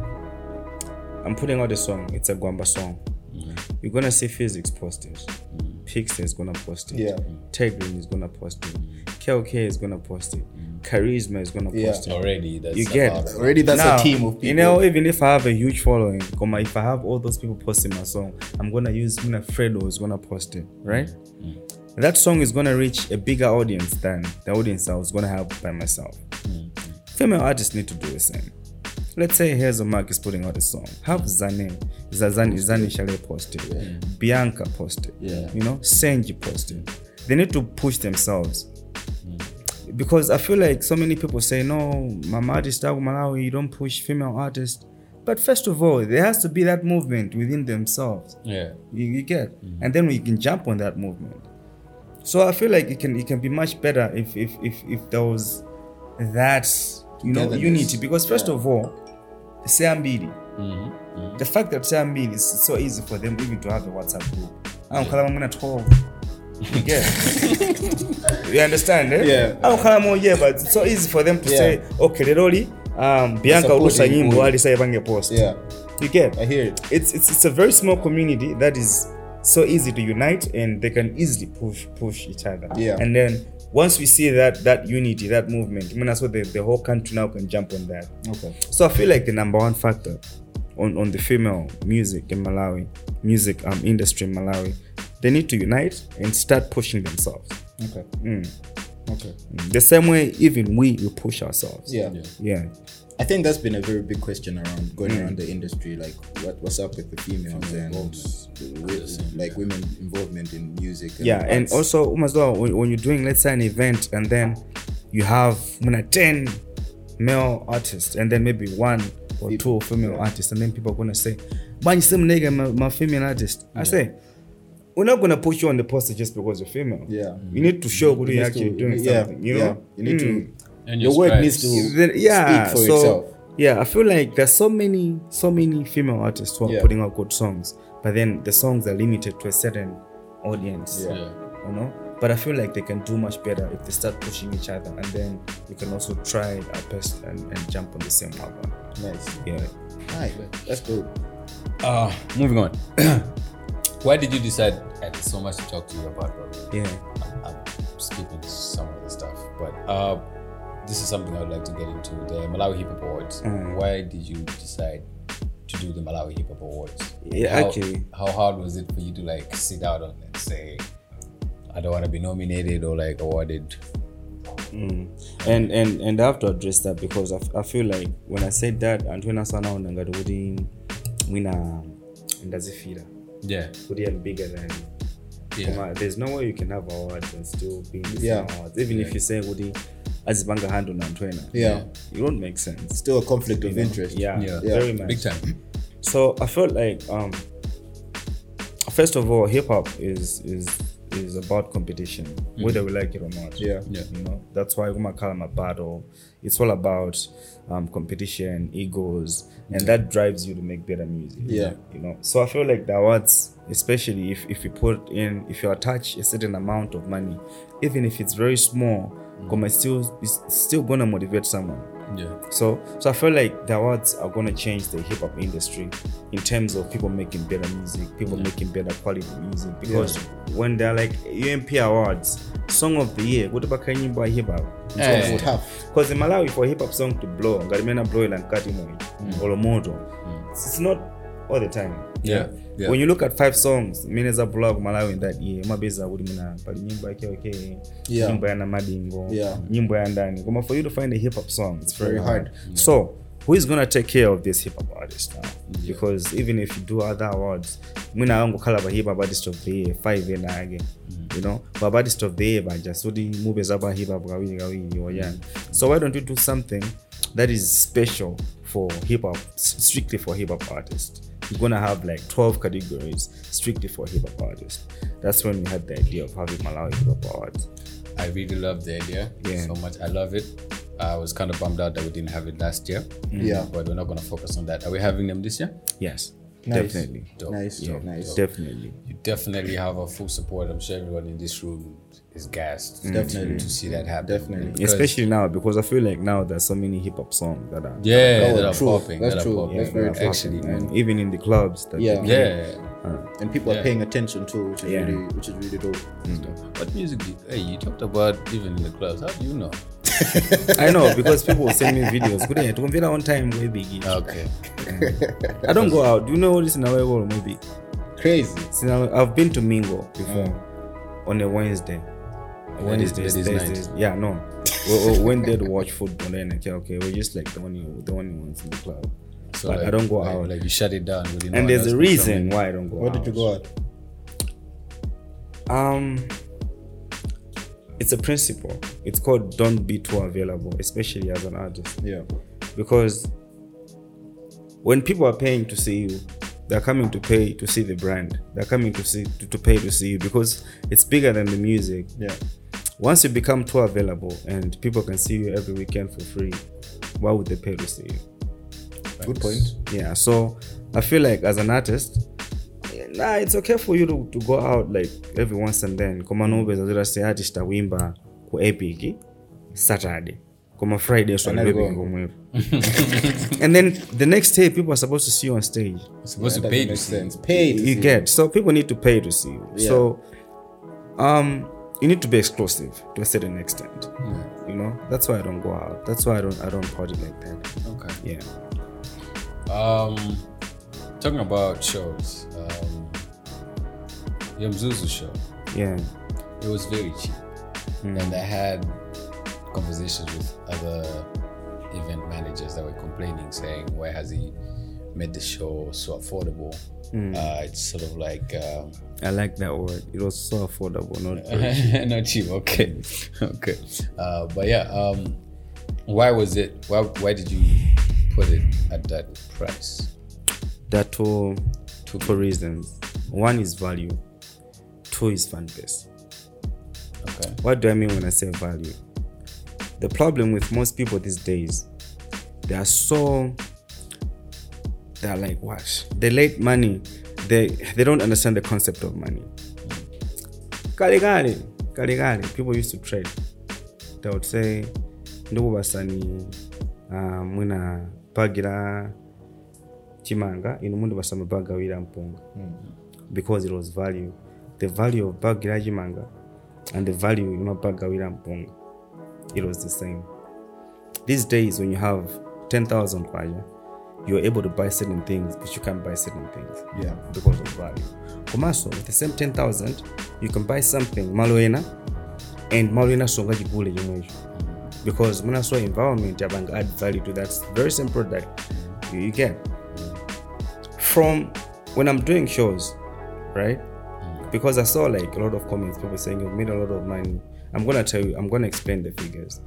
I'm putting out a song. It's a Gwamba song. You're going to see Physics post it. Pixie is going to post it.
Yeah.
Tegrin is going to post it. KLK is going to post it. Charisma is going to
Yeah.
post it.
already that's
You get
a lot.
it.
Already that's
Now,
a team of people.
You know, even if I have a huge following, come on, if I have all those people posting my song, I'm gonna use Mina Fredo is gonna post it, right?
Mm.
That song is gonna reach a bigger audience than the audience I was gonna have by myself. Female artists need to do the same. Let's say Hazel Mark is putting out a song. Have Zane, Zazani, Zani Shale post it. Bianca post it.
Yeah.
You know, Senji post it. They need to push themselves because I feel like so many people say, no, my artist, Agu Malawi, you don't push female artists. But first of all, there has to be that movement within themselves.
Yeah,
You, you get,
Mm-hmm.
and then we can jump on that movement. So I feel like it can it can be much better if if if, if there was that you know
Togetherness. Mm-hmm.
unity. Because first of all, Seambili, the fact that Seambili is so easy for them even to have a WhatsApp group. I'm gonna twelve. You get, you understand, eh?
Yeah.
I'm yeah, but it's so easy for them to
Yeah.
say, okay, Leroli, um, Bianca
Supporting
Urusa nyimbo
you.
alisa ibange post.
Yeah,
You get
I hear it.
it's, it's it's a very small community that is so easy to unite and they can easily push push each other
Yeah.
and then once we see that that unity, that movement, I mean, that's what the, the whole country now can jump on that.
Okay.
So I feel like the number one factor on, on the female music in Malawi, music um, industry in Malawi, they need to unite and start pushing themselves. Mm.
Okay. Okay.
The same way even we will push ourselves.
Yeah.
Yeah.
I think that's been a very big question around
Hmm.
going around the industry, like what what's up with the females and the wo- like women involvement in music. And
Yeah. And
arts.
also um, as well when, when you're doing let's say an event and then you have I mean, 10 male artists and then maybe one or two female artists and then people are gonna say, Man, you some nigga my, my female artist. I say we're not gonna put you on the poster just because you're female.
Yeah.
You need to show what
You
you're
need to-
actually doing
yeah,
something. You know?
yeah. You need
Mm.
to.
And
Your word needs to
Then- yeah,
speak for
so,
itself.
Yeah, I feel like there's so many, so many female artists who are
Yeah.
putting out good songs, but then the songs are limited to a certain audience.
Yeah.
You know? But I feel like they can do much better if they start pushing each other and then you can also try our best and, and jump on the same album.
Nice.
Yeah.
Nice. That's cool.
Uh, moving on. Why did you decide I had so much to talk to you about, bro?
Yeah.
I'm, I'm skipping some of the stuff, but uh, this is something I would like to get into the Malawi Hip Hop Awards.
Mm.
Why did you decide to do the Malawi Hip Hop Awards?
Yeah,
how,
actually-
how hard was it for you to like sit down on and say, I don't want to be nominated or like awarded?
Mm. and and and i have to address that because i, f- I feel like when i said that antuena sana unanga kuti mwina ndazifira
Yeah,
kuti i'm uh, bigger than
yeah,
Kuma, there's no way you can have awards and still be in the
Yeah.
same awards even if you say kuti azipanga hand na antuena
Yeah.
it won't make sense
Still a conflict of interest.
yeah,
yeah,
very much
big time.
so i felt like um first of all hip-hop is is is about competition whether we like it or not
Mm-hmm. Yeah.
Yeah.
you know that's why Uma Kalama battle it's all about um, competition egos and that drives you to make better music
Yeah.
you know so i feel like the awards especially if if you put in if you attach a certain amount of money even if it's very small
Mm.
Goma it's still it's still gonna motivate someone
Yeah,
so, so I feel like the awards are gonna change the hip hop industry in terms of people making better music, people making better quality music. Because when they're like UMP awards, song of the year, what about can you buy hip hop?
Eh.
It's tough.
Because in Malawi, for a hip hop song to blow, Garimena blow and Katimoy, Olomodo, it's not all the time.
yeah, yeah.
When you look at five songs, Mineza Blog Malawi in that year, Mabeza Udimina, but Nyimbo yake okay,
Yeah.
Nyimbo yana Madingo,
Yeah.
Nyimbo ya Ndani. Kama for you to find a hip hop song, it's very,
Very
hard.
hard.
So, who is gonna take care of this hip hop artist now? Because even if you do other awards, Mina Ango Kalaba Hip Hop Artist of the Year, five in again. You know, but artist of the year, but just Udi Mubezaba Hip Hop Gawini Gawini or Yan. So, why don't you do something that is special for hip hop, s- strictly for hip hop artists? You're gonna have like 12 categories strictly for hip hop artists. That's when we had the idea of having Malawi Hip Hop Awards.
I really love the idea
Yeah.
so much. I love it. I was kind of bummed out that we didn't have it last year.
Yeah.
But we're not going to focus on that. Are we having them this year?
Yes,
Nice.
definitely.
Dope.
Nice.
Yeah.
Nice.
Definitely.
You definitely have our full support. I'm sure everyone in this room is gassed
Definitely.
to see that happen.
Definitely.
Because-
Especially now because I feel like now there's so many hip hop songs that are
yeah,
Oh,
that are
true.
popping.
That's
that are
true.
popping.
That's
that are
very true.
actually,
and even in the clubs that
Yeah.
you play.
yeah.
And people
Yeah.
are paying attention to, which is
Yeah. Hmm.
really, which is really dope.
What music? Do you, hey, you talked about even in the clubs. How do you know?
I know because people will send me videos. Good to compare on time way big.
Okay.
I don't go out. Do you know what is in our world maybe?
Crazy. Uh,
I've been to Mingo before on a Wednesday.
is-
Wednesday,
Mm. that is
Thursdays. Yeah, no. we, we went there to watch football and okay, okay, we're just like the only the only ones in the club.
So
But I
like-
don't go
like-
out.
Like you shut it down. Really, no
and
one
there's
else
a
can
reason why I don't go
Where
out.
did you go out?
Um, it's a principle. It's called don't be too available, especially as an artist,
Yeah.
because when people are paying to see you, they're coming to pay to see the brand. They're coming to see to, to pay to see you because it's bigger than the music.
Yeah.
Once you become too available and people can see you every weekend for free, why would they pay to see you?
Good point.
yeah so i feel like as an artist nah it's okay for you to, to go out like every once and then koma nobeza zirasiati tawimba ku epic saturday koma friday so
Another
epic
one.
komwepo and then the next day people are supposed to see you on stage
You're supposed
That
to pay
doesn't
to
make
see.
sense. Pay to
you
see.
get so people need to pay to see you so um you need to be exclusive to a certain extent. You know, that's why I don't go out. That's why I don't I don't party like that.
Okay.
Yeah.
Um, talking about shows, um, your Mzuzu show,
Yeah.
it was very cheap, and I had conversations with other event managers that were complaining, saying, "Why has he made the show so affordable?" Uh, it's sort of like um,
I like that word. It was so affordable, not
not cheap. Okay, okay. Uh, but yeah, um, why was it? Why why did you put it at that price?
that for two for reasons. One is value. Two is fan base.
Okay.
What do I mean when I say value? The problem with most people these days, they are so they are like wash. They like money. They they don't understand the concept of money. Kaligari, Kaligari. People used to trade. They would say, ndugu basani uh, mwina bagira chimanga inu mundu basama bagawira mpunga because it was value the value of bagira chimanga and the value imabagawira mpunga it was the same these days when you have 10000 kwaja you're able to buy certain things but you can't buy certain things
Yeah.
because of value komanso with the same 10000 you can buy something malo ena and malo ena songachigule chomwecho because when I saw environment, I can add value to that very same product you, you get. From when I'm doing shows, right? Because I saw like a lot of comments, people saying you've made a lot of money. I'm gonna tell you, I'm gonna explain the figures.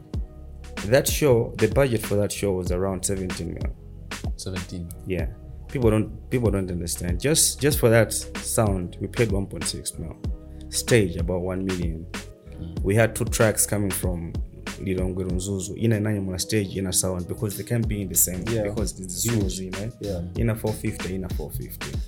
That show, the budget for that show was around 17 million.
Seventeen.
Yeah. People don't people don't understand. Just just for that sound, we paid 1.6 mil. Stage about 1 million. We had two tracks coming from Lilongwe Nzuzu. In a Nanyamula stage, in a sound, because they can't be in the same
Yeah.
because it's Zuzu, you know.
Yeah.
In a 450, in a 450.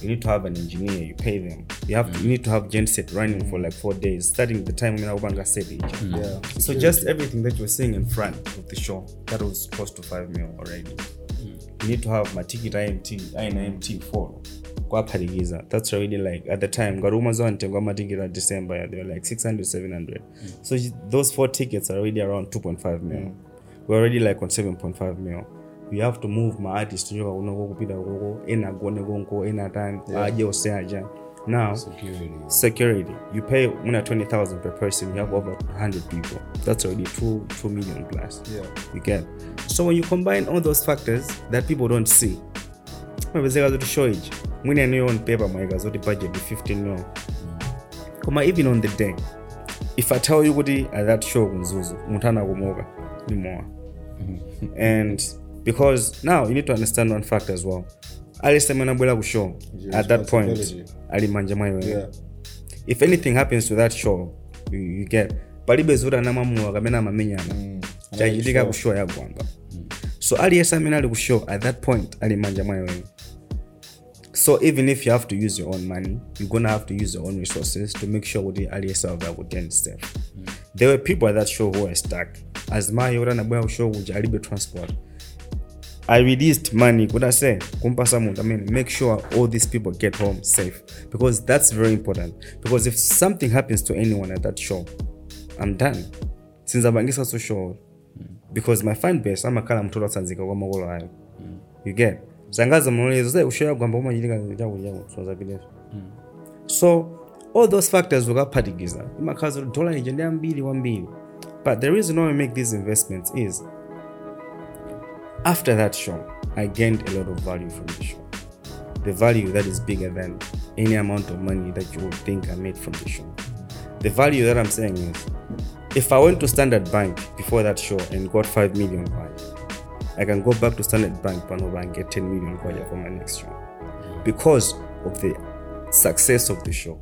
You need to have an engineer, you pay them. You have to,
Mm.
you need to have genset running for like four days, starting the time when Ubanga said it.
Yeah.
So just everything that you're seeing in front of the show, that was close to five mil already. You need to have my ticket IMT, INMT four. kwaphatikiza that's already like at the time ngaruma zontenga matikiti at december yeah, they were like 600 700 so you- those four tickets are already around 2.5 mil we're already like on 7.5 mil you have to move my artist nyoka kunoko kupita koko ena agone konko ena time aje ose aja now
Security.
security you pay muna 20000 per person you have over 100 people that's already 2 2 million plus
Yeah.
you get so when you combine all those factors that people don't see mapezeka zoti showage mwina iniyo on paper mwaika zoti budget ni 15 mil koma even on the day if i tell you kuti at that show kunzuzu munthu anakumoka ndimowa and because now you need to understand one fact as well alise mwene abwera ku show at that point
responsibility.
ali manja mwa iweyo
Yeah.
if anything happens to that show you, you get palibe zoti anamwamuwa kamene amamenyana chachitika ku show yagwamba so aliyese amene ali ku show at that point ali manja mwa iweyo so even if you have to use your own money you're gonna have to use your own resources to make sure kuti aliyese avakuti step there were people at that show who were stuck as mayi kuti anabwera ku show kuja alibe transport I released money. Could I say, kumpasa munthu amene, make sure all these people get home safe because that's very important. Because if something happens to anyone at that show, I'm done. Since I'm against so sure, because my fan base, I'm a kala mtoto sanzika kwa magolo hayo. You get? Zangaza mnulizo, zai ushoya kwamba uma jilika njia kujago, tunaza bilezo. So all those factors ukaphatikiza. Imakhazi dollar ije ndi ambiri wambiri. But the reason why we make these investments is after that show, I gained a lot of value from the show. The value that is bigger than any amount of money that you would think I made from the show. The value that I'm saying is if I went to Standard Bank before that show and got 5 million kwaja, I can go back to Standard Bank Panova and get 10 million kwaja for my next show. Because of the success of the show.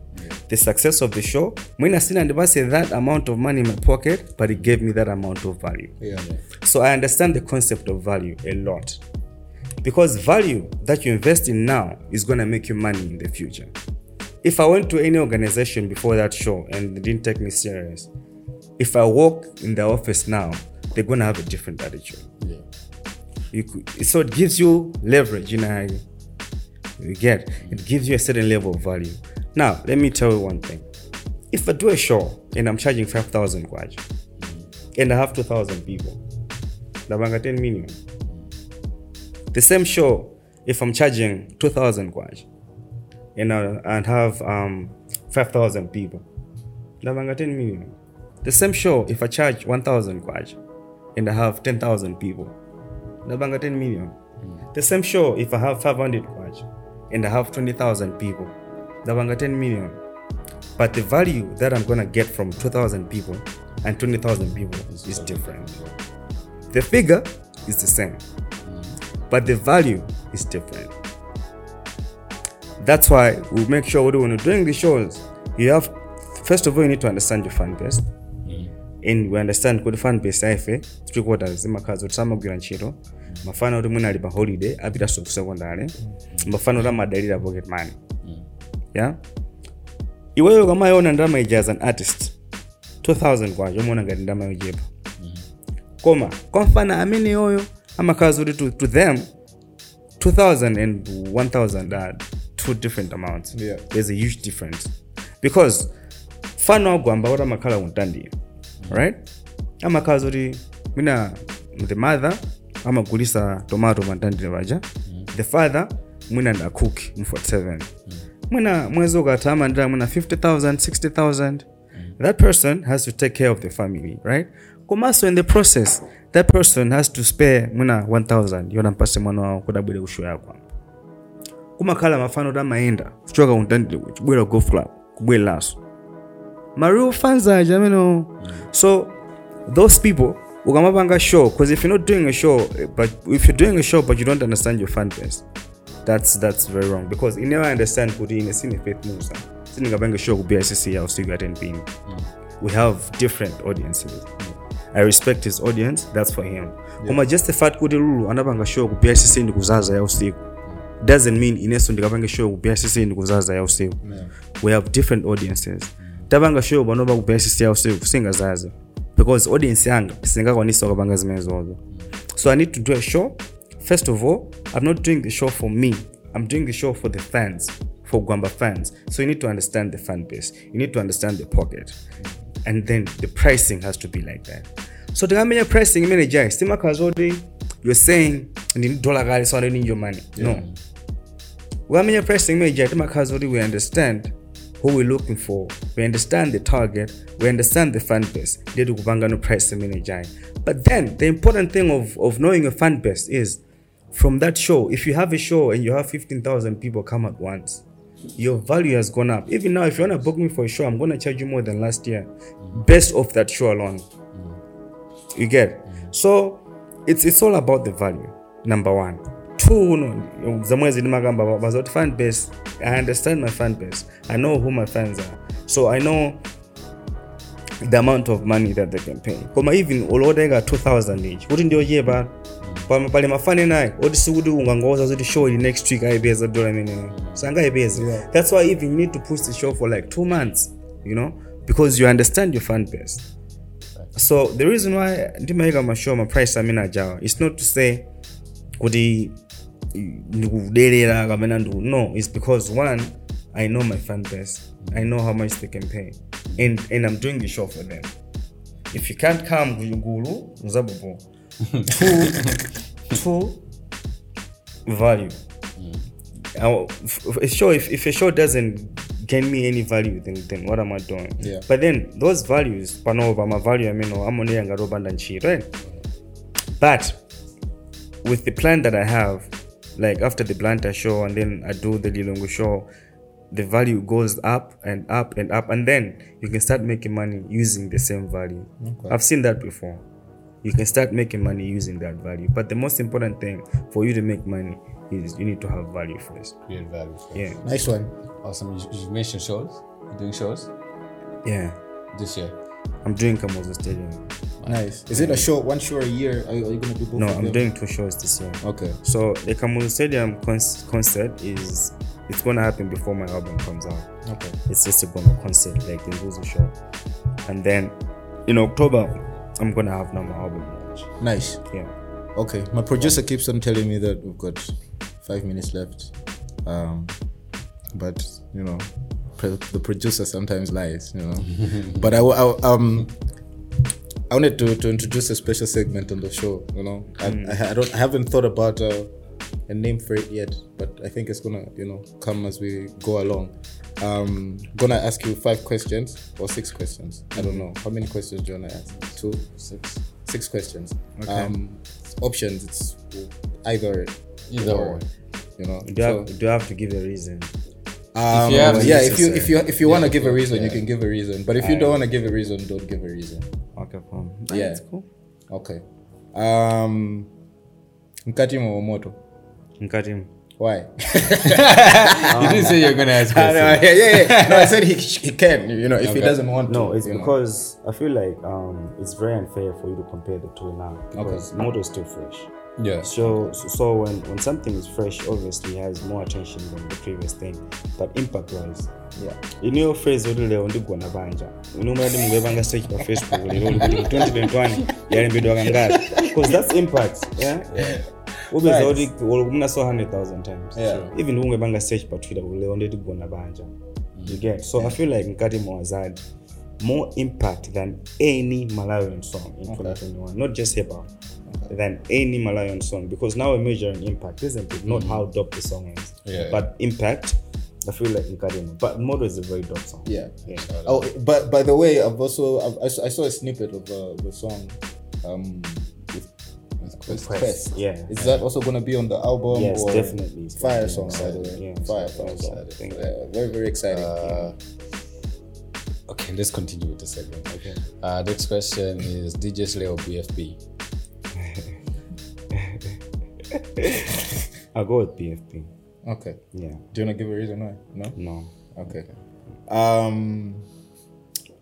The success of the show, when I seen and that amount of money in my pocket, but it gave me that amount of value.
Yeah.
So I understand the concept of value a lot. Because value that you invest in now is going to make you money in the future. If I went to any organization before that show and they didn't take me serious, if I walk in their office now, they're going to have a different attitude.
Yeah.
You could, so it gives you leverage, you know. You get it gives you a certain level of value. Now, let me tell you one thing. if I do a show and I'm charging 5,000 kwacha and I have 2,000 people, nabanga 10 million. The same show, if I'm charging 2,000 kwacha and, I, and have um, 5,000 people, nabanga 10 million. The same show, if I charge 1,000 kwacha and I have 10,000 people, nabanga 10 million. The same show, if I have 500 kwacha and I have 20,000 people, nabanga 10 million but the value that I'm gonna get from 2,000 people and 20,000 people is different. The figure is the same, but the value is different. That's why we make sure when you're doing the shows, you have first of all you need to understand your fan base. and we understand kuti fan base yaife tikuotazi makhazi kuti samagwira ntchito mafana kuti mwina ali pa holiday apitanso ku sekondale mafana kuti amadalira pocket money yeah iweyo kamayiona ndamaija as an artist 2000 kwacho umona ngati ndamayochepa koma kwa mfana amene yoyo amakhala kuti to, to them 2000 and 1000 are two different amounts
Yeah.
there's a huge difference because mfano agwamba kuti amakhala kuntandiyo right amakhala kuti mina the mother amagulisa tomato pantandire paja the father mwina ndacook mu 47 mwina mwezi ukatha amandira mwina 50000 60000 that person has to take care of the family right komanso in the process that person has to spare mwina 1000 yona mpase mwana wawo kuti abwere kushoyo yakwa kumakhala mafano kuti amayenda kuchoka kuntandire kucho kubwera ku golf club kubwereranso Mario fans are Jamino. So those people ukamapanga show because if you're not doing a show eh, but if you're doing a show but you don't understand your fan base that's that's very wrong because you never understand kuti ine sine faith musa sindingapanga show ku BICC au siku ya 10 pm we have different audiences I respect his audience that's for him koma just the fact kuti lulu anapanga show ku BICC ndi kuzaza ya usiku doesn't mean inenso ndikapanga show ku BICC ndi kuzaza ya usiku we have different audiences tapanga show panopa ku BICC ya usiku singazaza because audience yanga singakwanisa ukapanga zimene zozo so i need to do a show first of all i'm not doing the show for me i'm doing the show for the fans for gwamba fans so you need to understand the fan base you need to understand the pocket and then the pricing has to be like that so tikamenya pricing imene jai simakhala zoti you're saying ndini dollar kale so i don't need your money no ukamenya pricing imene timakhala zoti we understand who we're looking for we understand the target we understand the fan base ndiye kupanga no price imene jayi but then the important thing of, of knowing your fan base is from that show if you have a show and you have 15000 people come at once your value has gone up even now if you want to book me for a show i'm going to charge you more than last year based off that show alone you get so it's, it's all about the value number one two no zamwezi ndimakamba mazoti fan base i understand my fan base i know who my fans are so i know the amount of money that they can pay koma even ulodeka 2000 each kuti ndiyochepa Pa- pali mafani naye oti sikuti ungangoza zoti show ili next week aipeza dola imeneyo sangayipeza
Yeah.
that's why even you need to push the show for like two months you know because you understand your fan base so the reason why ndimayika mashow maprice amene ajawa its not to say kuti ndikudelera kapena ndiku no its because one i know my fan base i know how much they can pay and, and i'm doing the show for them if you can't come kuyungulu mzabubu two, two value Now, f- f- a show if, if a show doesn't gain me any value then, then what am i doing
Yeah.
but then those values panova my value i mean amonera ngatopanda ntchito right? but with the plan that I have, like after the Blanta show and then I do the Lilongo show, the value goes up and up and up, and then you can start making money using the same value. I've seen that before. You can start making money using that value, but the most important thing for you to make money is you need to have value first.
Create value. for
Yeah,
Nice one.
Awesome. You, you mentioned shows. You're doing shows
yeah.
this year.
I'm doing Kamozo Stadium.
Nice. Is it a show, one show a year? Are you, are you gonna do both?
No,
of
I'm
them?
doing two shows this year.
Okay.
So the Kamozo Stadium cons- concert is it's gonna happen before my album comes out.
Okay.
it's just a bomber concert like the Zuzu show and then in October I'm gonna have now my album launch
Nice.
yeah
Okay. My producer keeps on telling me that we've got five minutes left, um, but you know, pro- the producer sometimes lies, you know. but I, w- I w- um, I wanted to, to introduce a special segment on the show. You know, I, I, I don't I haven't thought about uh, a name for it yet, but I think it's gonna you know come as we go along. Um, gonna ask you five questions or six questions. I don't know how many questions do you wanna ask. Two, six, six questions. Um, options. It's either
Either or.
You know,
Do you,
so-
have, do you have to give a reason?
um,
you have
yeah,
to
if you
say.
if you if you want to give a reason, you
yeah.
can give a reason. But if you don't want to give a reason, don't give a reason.
Okay, fine.
Yeah.
That's cool.
Okay. Um, mkati momoto.
Mkati.
Why?
you didn't say you're gonna ask
no,
questions.
yeah, yeah, yeah. No, I said he, he can. You know, if he
Okay.
doesn't want to.
No, it's
you know.
because I feel like um, it's very unfair for you to compare the two now because Moto is still fresh.
Yes.
So, so, so when, when something is fresh, obviously it has more attention than the previous thing. But impact wise,
Yeah.
iniyo phrase uri lero ndigona banja unomuradi mugwevanga search pa facebook lero uri kuti 2021 yalembedwa kangari because that's impact yeah ubeza kuti uri kumuna so 100000 times
Yeah.
even ungwevanga search pa twitter uri lero nditigona banja you get so i feel like mkati mwazadi more impact than any malawian song in 2021 not just hip hop than any malawian song because now we're measuring impact isn't it not how dope the song is
Yeah.
but impact i feel like Nkademo. but modo is a very dope song
Yeah.
yeah
Oh, but by the way, I've also I've, I saw- I saw a snippet of uh, the song. Um, with, with Quest. Quest.
Yeah.
Is that also gonna be on the album?
Yes,
or-
definitely. It's gonna
Fire
be
song,
on
by the
the-
way.
yeah,
Fire,
it's
fire
gonna be
song.
on the thing.
Yeah, very, very exciting.
Uh, okay, let's continue with the segment. Okay. Uh, next question is DJ Slay or BFP?
I'll go with PFP.
okay.
Yeah.
Do you wanna give a reason why? No.
No.
Okay. Um,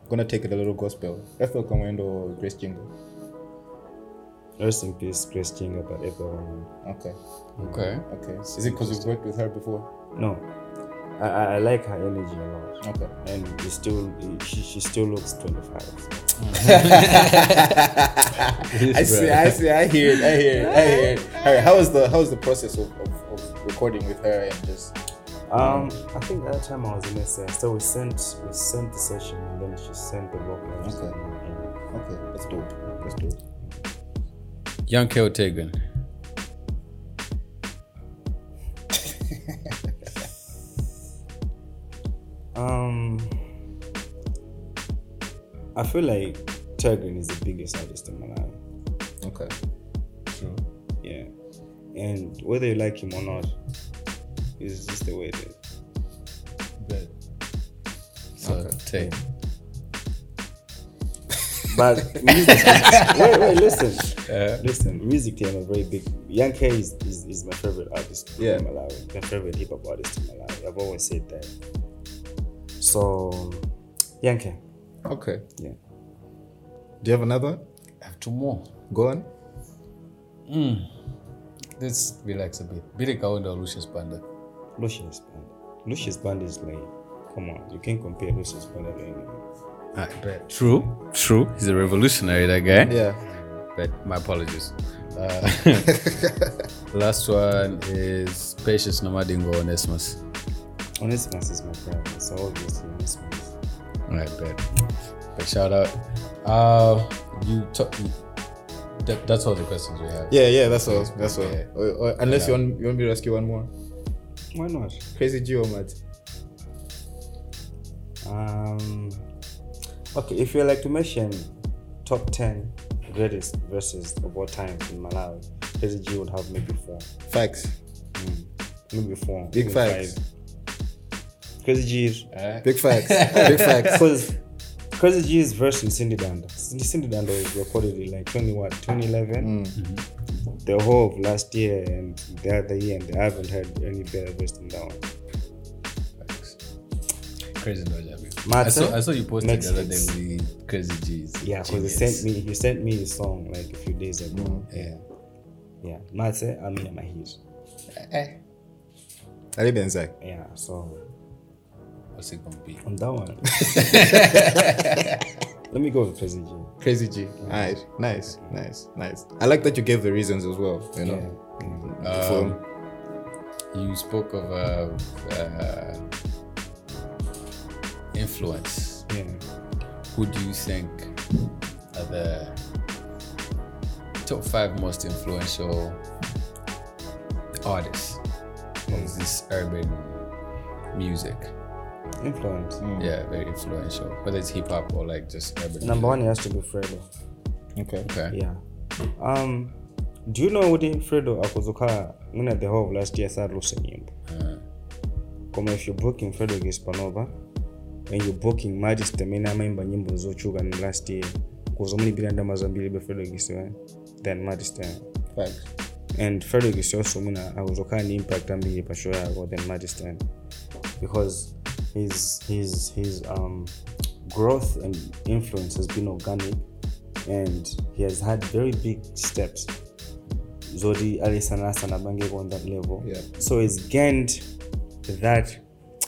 gonna take it a little gospel. Ethel Commando, Grace Jingle.
Rest in peace, Grace Chinga, but everyone.
Okay.
Okay.
Okay. Is it because you've worked with her before?
No. I, I, I like her energy a lot.
Okay.
And she still she, she still looks 25. so.
I see. I see. I hear it. I hear it. I hear it. All right. How was the How was the process of, of, of recording with her and just?
Um, I think at that time I was in SA, so we sent we sent the session and then she sent the vocals.
Okay.
And-
Okay. That's dope. That's dope.
Young K or Tegan?
Um, I feel like Tergrin is the biggest artist in my life.
Okay.
True.
Yeah. And whether you like him or not, it's just the way it is.
So Tegan.
But music, wait, wait, listen, listen. Music, I'm a very big. Young K is, is, is my favorite artist
Yeah.
in Malawi. My favorite hip hop artist in Malawi. I've always said that. So, Young K,
Okay.
yeah.
Do you have another? one?
I have two more.
Go on.
Let's relax a bit. Billy Kaunda or Lucius Panda?
Lucius Band. Lucius Band is like, come on, you can't compare Lucius Band to anyone.
I bet. Uh, True. True. He's a revolutionary, that guy.
Yeah.
But my apologies. Uh, last one is Patience Nomadingo on Esmas.
Onesimus is my brother, so obviously Onesimus.
I bet. But shout out. Uh, you talk. That, that's all the questions we have.
Yeah. Yeah. That's all. That's all.
Yeah.
Or- or- unless you want you want me to ask you one more.
Why not?
Crazy Geo Matt.
Um, okay, if you like to mention top 10 greatest verses of all time in Malawi, Crazy G would have maybe four. Hmm.
Facts.
Maybe four.
Big
maybe
facts.
five. Crazy G is.
Uh,
Big facts. Big facts.
Because Crazy G is verse in Cindy Danda. Cindy Danda was recorded in like 20, what, 2011?
Hmm.
The whole of last year and the other year, and I haven't heard any better verse than that one.
crazy knowledge. I, mean. I
Matter?
saw. I saw you posted
Makes
the other day
sense.
with the crazy G's.
Yeah, because he
Genius.
sent me he sent me his song like a few days ago. Yeah. Yeah. Mate, I mean my hit.
Ali Benzak.
Yeah, so
What's it gonna be?
on that one. Let me go with Crazy G.
Crazy G. Alright. Nice. Nice. Nice. I like that you gave the reasons as well. You know. Mm-hmm.
Um, You spoke of uh, uh, influence,
Yeah.
who do you think are the top five most influential artists of this urban music?
Influence.
Yeah, very influential. Whether it's hip hop or like just urban.
Number one, it has to be Fredo.
Okay.
Okay.
Yeah. Um, do you know kuti Fredo akuzoka mwina the whole of last year saruse nyimbo? Koma if you're booking Fredo Gespanova and you're booking Madis amene amaimba nyimbo zochuka ni last year kuzomulipira ndama zambiri be Fredo Gespanova than Madis
Facts.
and Fredo Gisioso mwina akuzokhala ni impact ambiri pa show yako than Madistan because his his his um growth and influence has been organic and he has had very big steps zoti alisanasa nabangeko on that level
Yeah.
so he's gained that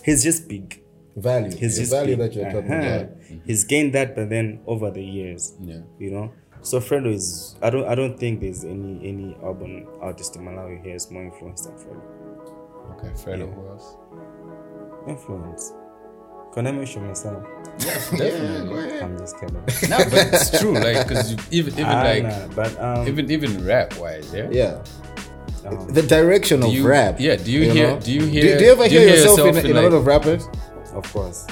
he's just big
Value.
he's
the
just
value
big.
that you're talking
Uh-huh.
about.
He's gained that, but then over the years,
Yeah.
you know. So Fredo is. I don't. I don't think there's any any urban artist in Malawi here is more influenced than Fredo.
Okay. Fredo, who else?
Influence. Can I mention myself?
Definitely.
I'm just kidding.
no, but it's true. Like, because even even
Ah,
like
nah, but um,
even even rap wise, yeah.
Yeah.
Uh-huh.
The direction of
you-
rap.
yeah, um, do you hear- do you
Do,
hear-
you ever
do you
hear
hear
yourself,
yourself
in,
in
in a
like-
lot of rappers?
of course.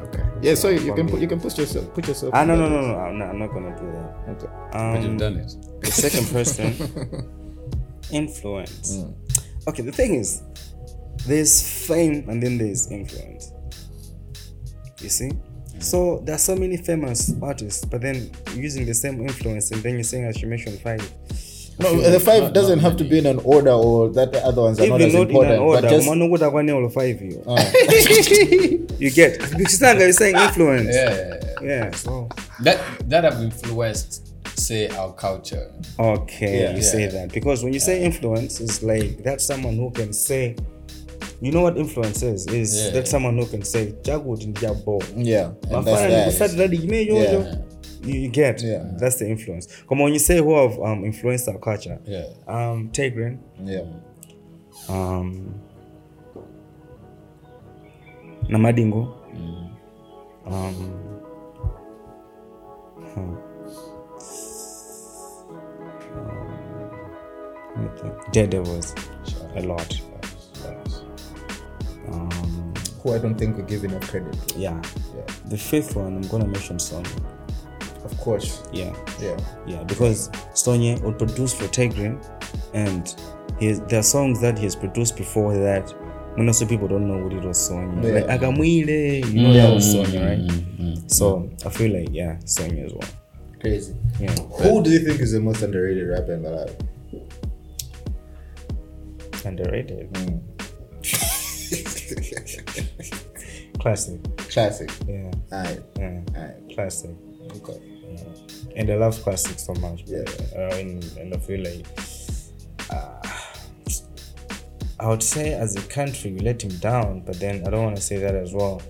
Okay.
Yeah, so you
for
can
me.
put you can put yourself put yourself.
Ah
in
no no
that
no
list.
no. I'm not, I'm not gonna do that.
Okay.
Um,
But you've done it.
the second person influence Hmm. okay the thing is there's fame and then there's influence you see so there are so many famous artists but then using the same influence and then you're saying i should mention five
No, the five doesn't have to be in an order or that the other ones are
even
not as
not in
important.
an order
but just Oh.
umaona kuti akwane all five you you get because you're saying influence
Yeah, yeah, yeah.
yeah so
That that have influenced, say, our culture.
Okay,
Yeah,
you
yeah,
say
yeah.
that because when you say influence, it's like that's someone who can say, you know what influence is? Is
Yeah.
that someone who can say, "Jago didn't get ball."
yeah, and that's that. Yeah.
Yeah. You you get
Yeah.
that's the influence. Come on, you say who have um, influenced our culture?
Yeah.
Um, Tigran.
Yeah,
Um, Namadingo. Um, huh. Um, let me think. Daredevils a lot. Um,
who I don't think we give enough credit. To.
yeah.
Yeah,
The fifth one I'm gonna mention Sonya.
of course.
Yeah,
Yeah,
yeah, because Sonya will produce for Tigran, and his there are songs that he has produced before that. When also people don't know what it was Sonya.
Yeah.
Like Agamwile, you know that was Sonya, right? So I feel like yeah, Sonya as well.
crazy.
Yeah.
Who do you think is the most underrated rapper in Malawi?
Underrated. Classic.
Classic.
Yeah.
Alright,
yeah.
alright,
Classic.
okay.
And I love classic so much.
Yeah.
Uh, and, and I feel like uh, I would say as a country we let him down, but then I don't want to say that as well.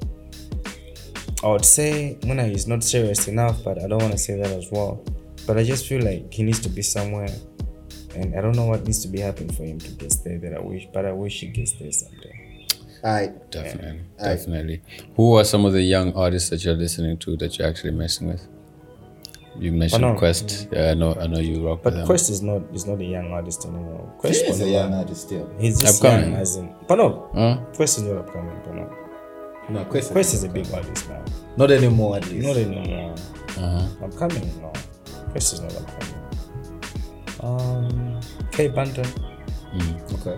I would say Muna is not serious enough, but I don't want to say that as well. But I just feel like he needs to be somewhere, and I don't know what needs to be happening for him to get there. That I wish, but I wish he gets there someday.
Alright,
Definitely. Definitely. Who are some of the young artists that you're listening to that you're actually messing with? You mentioned
no.
Quest. Yeah, I know. I know you rock
But
with them.
Quest is not is not a young artist anymore. Quest
he's
was
a
a
young artist still.
He's just
Upcoming.
young, as in. But no,
Huh?
Quest is not upcoming. But no,
No, Quest,
Quest is a big artist now.
not anymore at least.
Not anymore. Upcoming, no. Quest is not upcoming. Um, K Banter.
okay.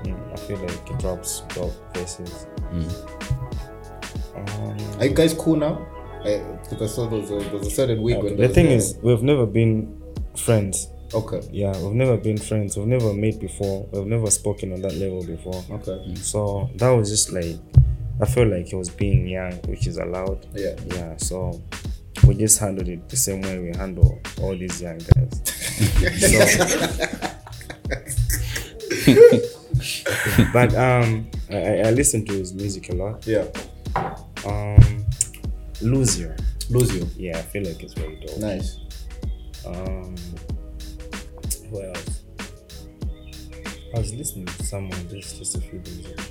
Mm, I feel like it drops dope verses. Um,
Are you guys cool now? Because I saw those, uh, there's a certain week when
the
those,
thing
uh,
is, we've never been friends.
okay,
Yeah, we've never been friends. We've never met before. We've never spoken on that level before.
okay,
So that was just like, I felt like he was being young, which is allowed.
yeah.
Yeah, so we just handled it the same way we handle all these young guys. so, but um, I, I- I listen to his music a lot.
Yeah,
Um, Lose You.
lose you.
Yeah, I feel like it's very dope.
Nice.
Um, who else? I was listening to someone just just a few days ago.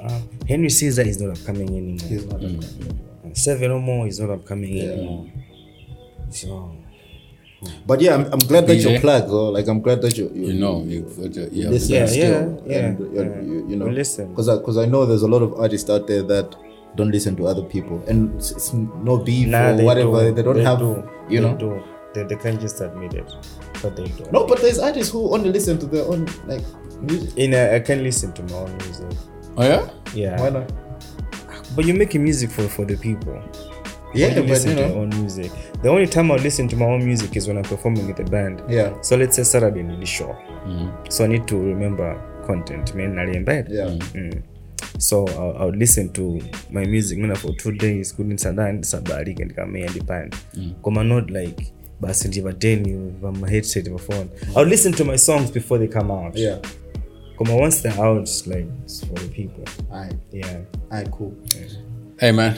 uh, Henry Caesar is not upcoming anymore.
He's not mm.
And Seven or more is not upcoming anymore. So
But yeah, I'm, I'm glad that
DJ.
you're plugged, though. Like, I'm glad that you you,
You know, you put your ear.
listen
Yeah,
still,
yeah,
and
yeah,
you're-
yeah.
You, you know,
We listen.
because because I, know there's a lot of artists out there that don't listen to other people, and it's, it's no beef
nah,
or
they
whatever.
do.
They don't have,
do.
you
They
know.
do. They, they can't just admit it, but they do.
No, but there's artists who only listen to their own like music.
In a, I can listen to my own music.
Oh yeah.
Yeah,
Why not?
but you're making music for for the people.
Yeah,
you
but
listen
you
to your
know,
own music. The only time I listen to my own music is when I'm performing with a band.
yeah,
So let's say Saturday ni show. So I need to remember content. Mimi naliimba.
yeah.
Mm. So I'll, I'll listen to my music mina for two days kundinsandaa ndisabalike ndikamea ndipande koma not like basi ndivadeni vamaheadset vafoni i'll listen to my songs before they come out
Yeah.
koma once they're out like it's for the people
Aye,
yeah
aye, cool.
Hey man,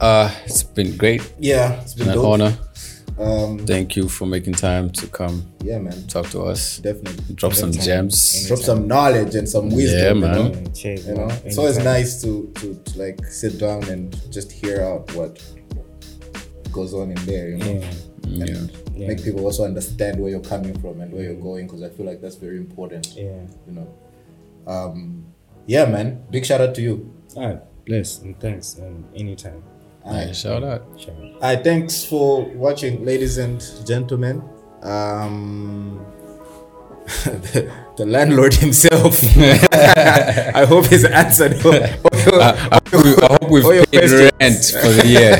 uh, it's been great.
Yeah, it's been
An
dope.
honor.
Um,
Thank you for making time to come
yeah, man,
talk to us.
definitely.
Drop some gems.
Drop some knowledge and some wisdom.
Yeah,
you
man.
know?
Mm, cheers,
you know
man.
it's always
Anytime.
nice to, to to like sit down and just hear out what goes on in there you know and
Yeah.
make people also understand where you're coming from and where you're going because i feel like that's very important
yeah
you know um yeah man big shout out to you
all right Ah, bless and thanks um, anytime
Yeah, shout out.
Shout out.
Hi, thanks for watching, ladies and gentlemen. Um, the, the landlord himself. I hope he's answered all, all your-
Uh,
I hope, we, I hope we've
all Oh, your
paid
questions.
rent for the year.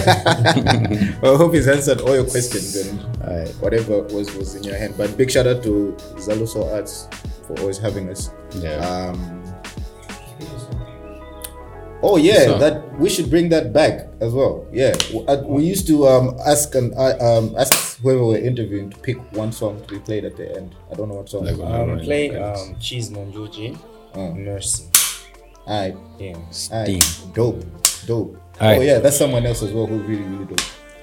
I hope he's answered all your questions and uh,
Alright.
whatever was was in your hand. But big shout out to Zaluso Arts for always having us.
Yeah.
Um, oh yeah,
So-
that we should bring that back as well. Yeah, W- uh, we used to um, ask and uh, um, ask whoever we're interviewing to pick one song to be played at the end. I don't know what song.
Like, uh, whatever,
um,
you
play
know,
um, cheese monjuji
Mm.
mercy
Aye,
yeah
aye,
Steam.
dope, dope.
Aye.
Oh yeah, that's someone else as well who really really dope.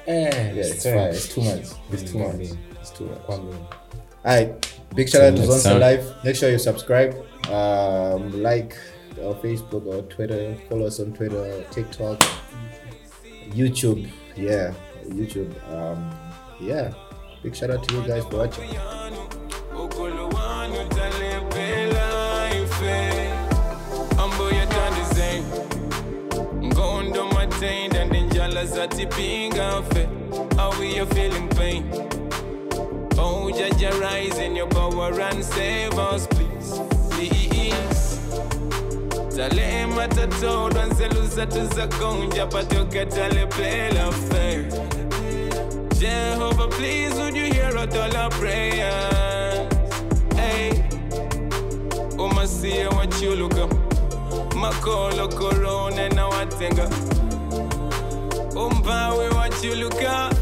Eh,
Yeah, it's
thanks.
fine. It's too much. It's too
Mm,
much. It's too much.
Kwambie.
Alright, big shout out to
next
Zonsa
time.
Live. Make sure you subscribe, um, like our Facebook or Twitter, follow us on Twitter, TikTok, YouTube. Yeah, YouTube. Um, yeah, big shout out to you guys for watching.
ukuluwanu talepela ife ambuya tandize ngondo matenda ndinjala zatipinga fe are you feeling pain oh jaja rise in your power and save us please please tale matatodwa nzelu zatu zakonja patoka talepela fe Jehovah, please would you hear out all our prayers? Hey, oh my see what you look up. Makolo corona na watenga. Umbawe Oh, what you uh. look up,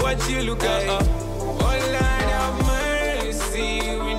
what you look up. Oh Lord have mercy, we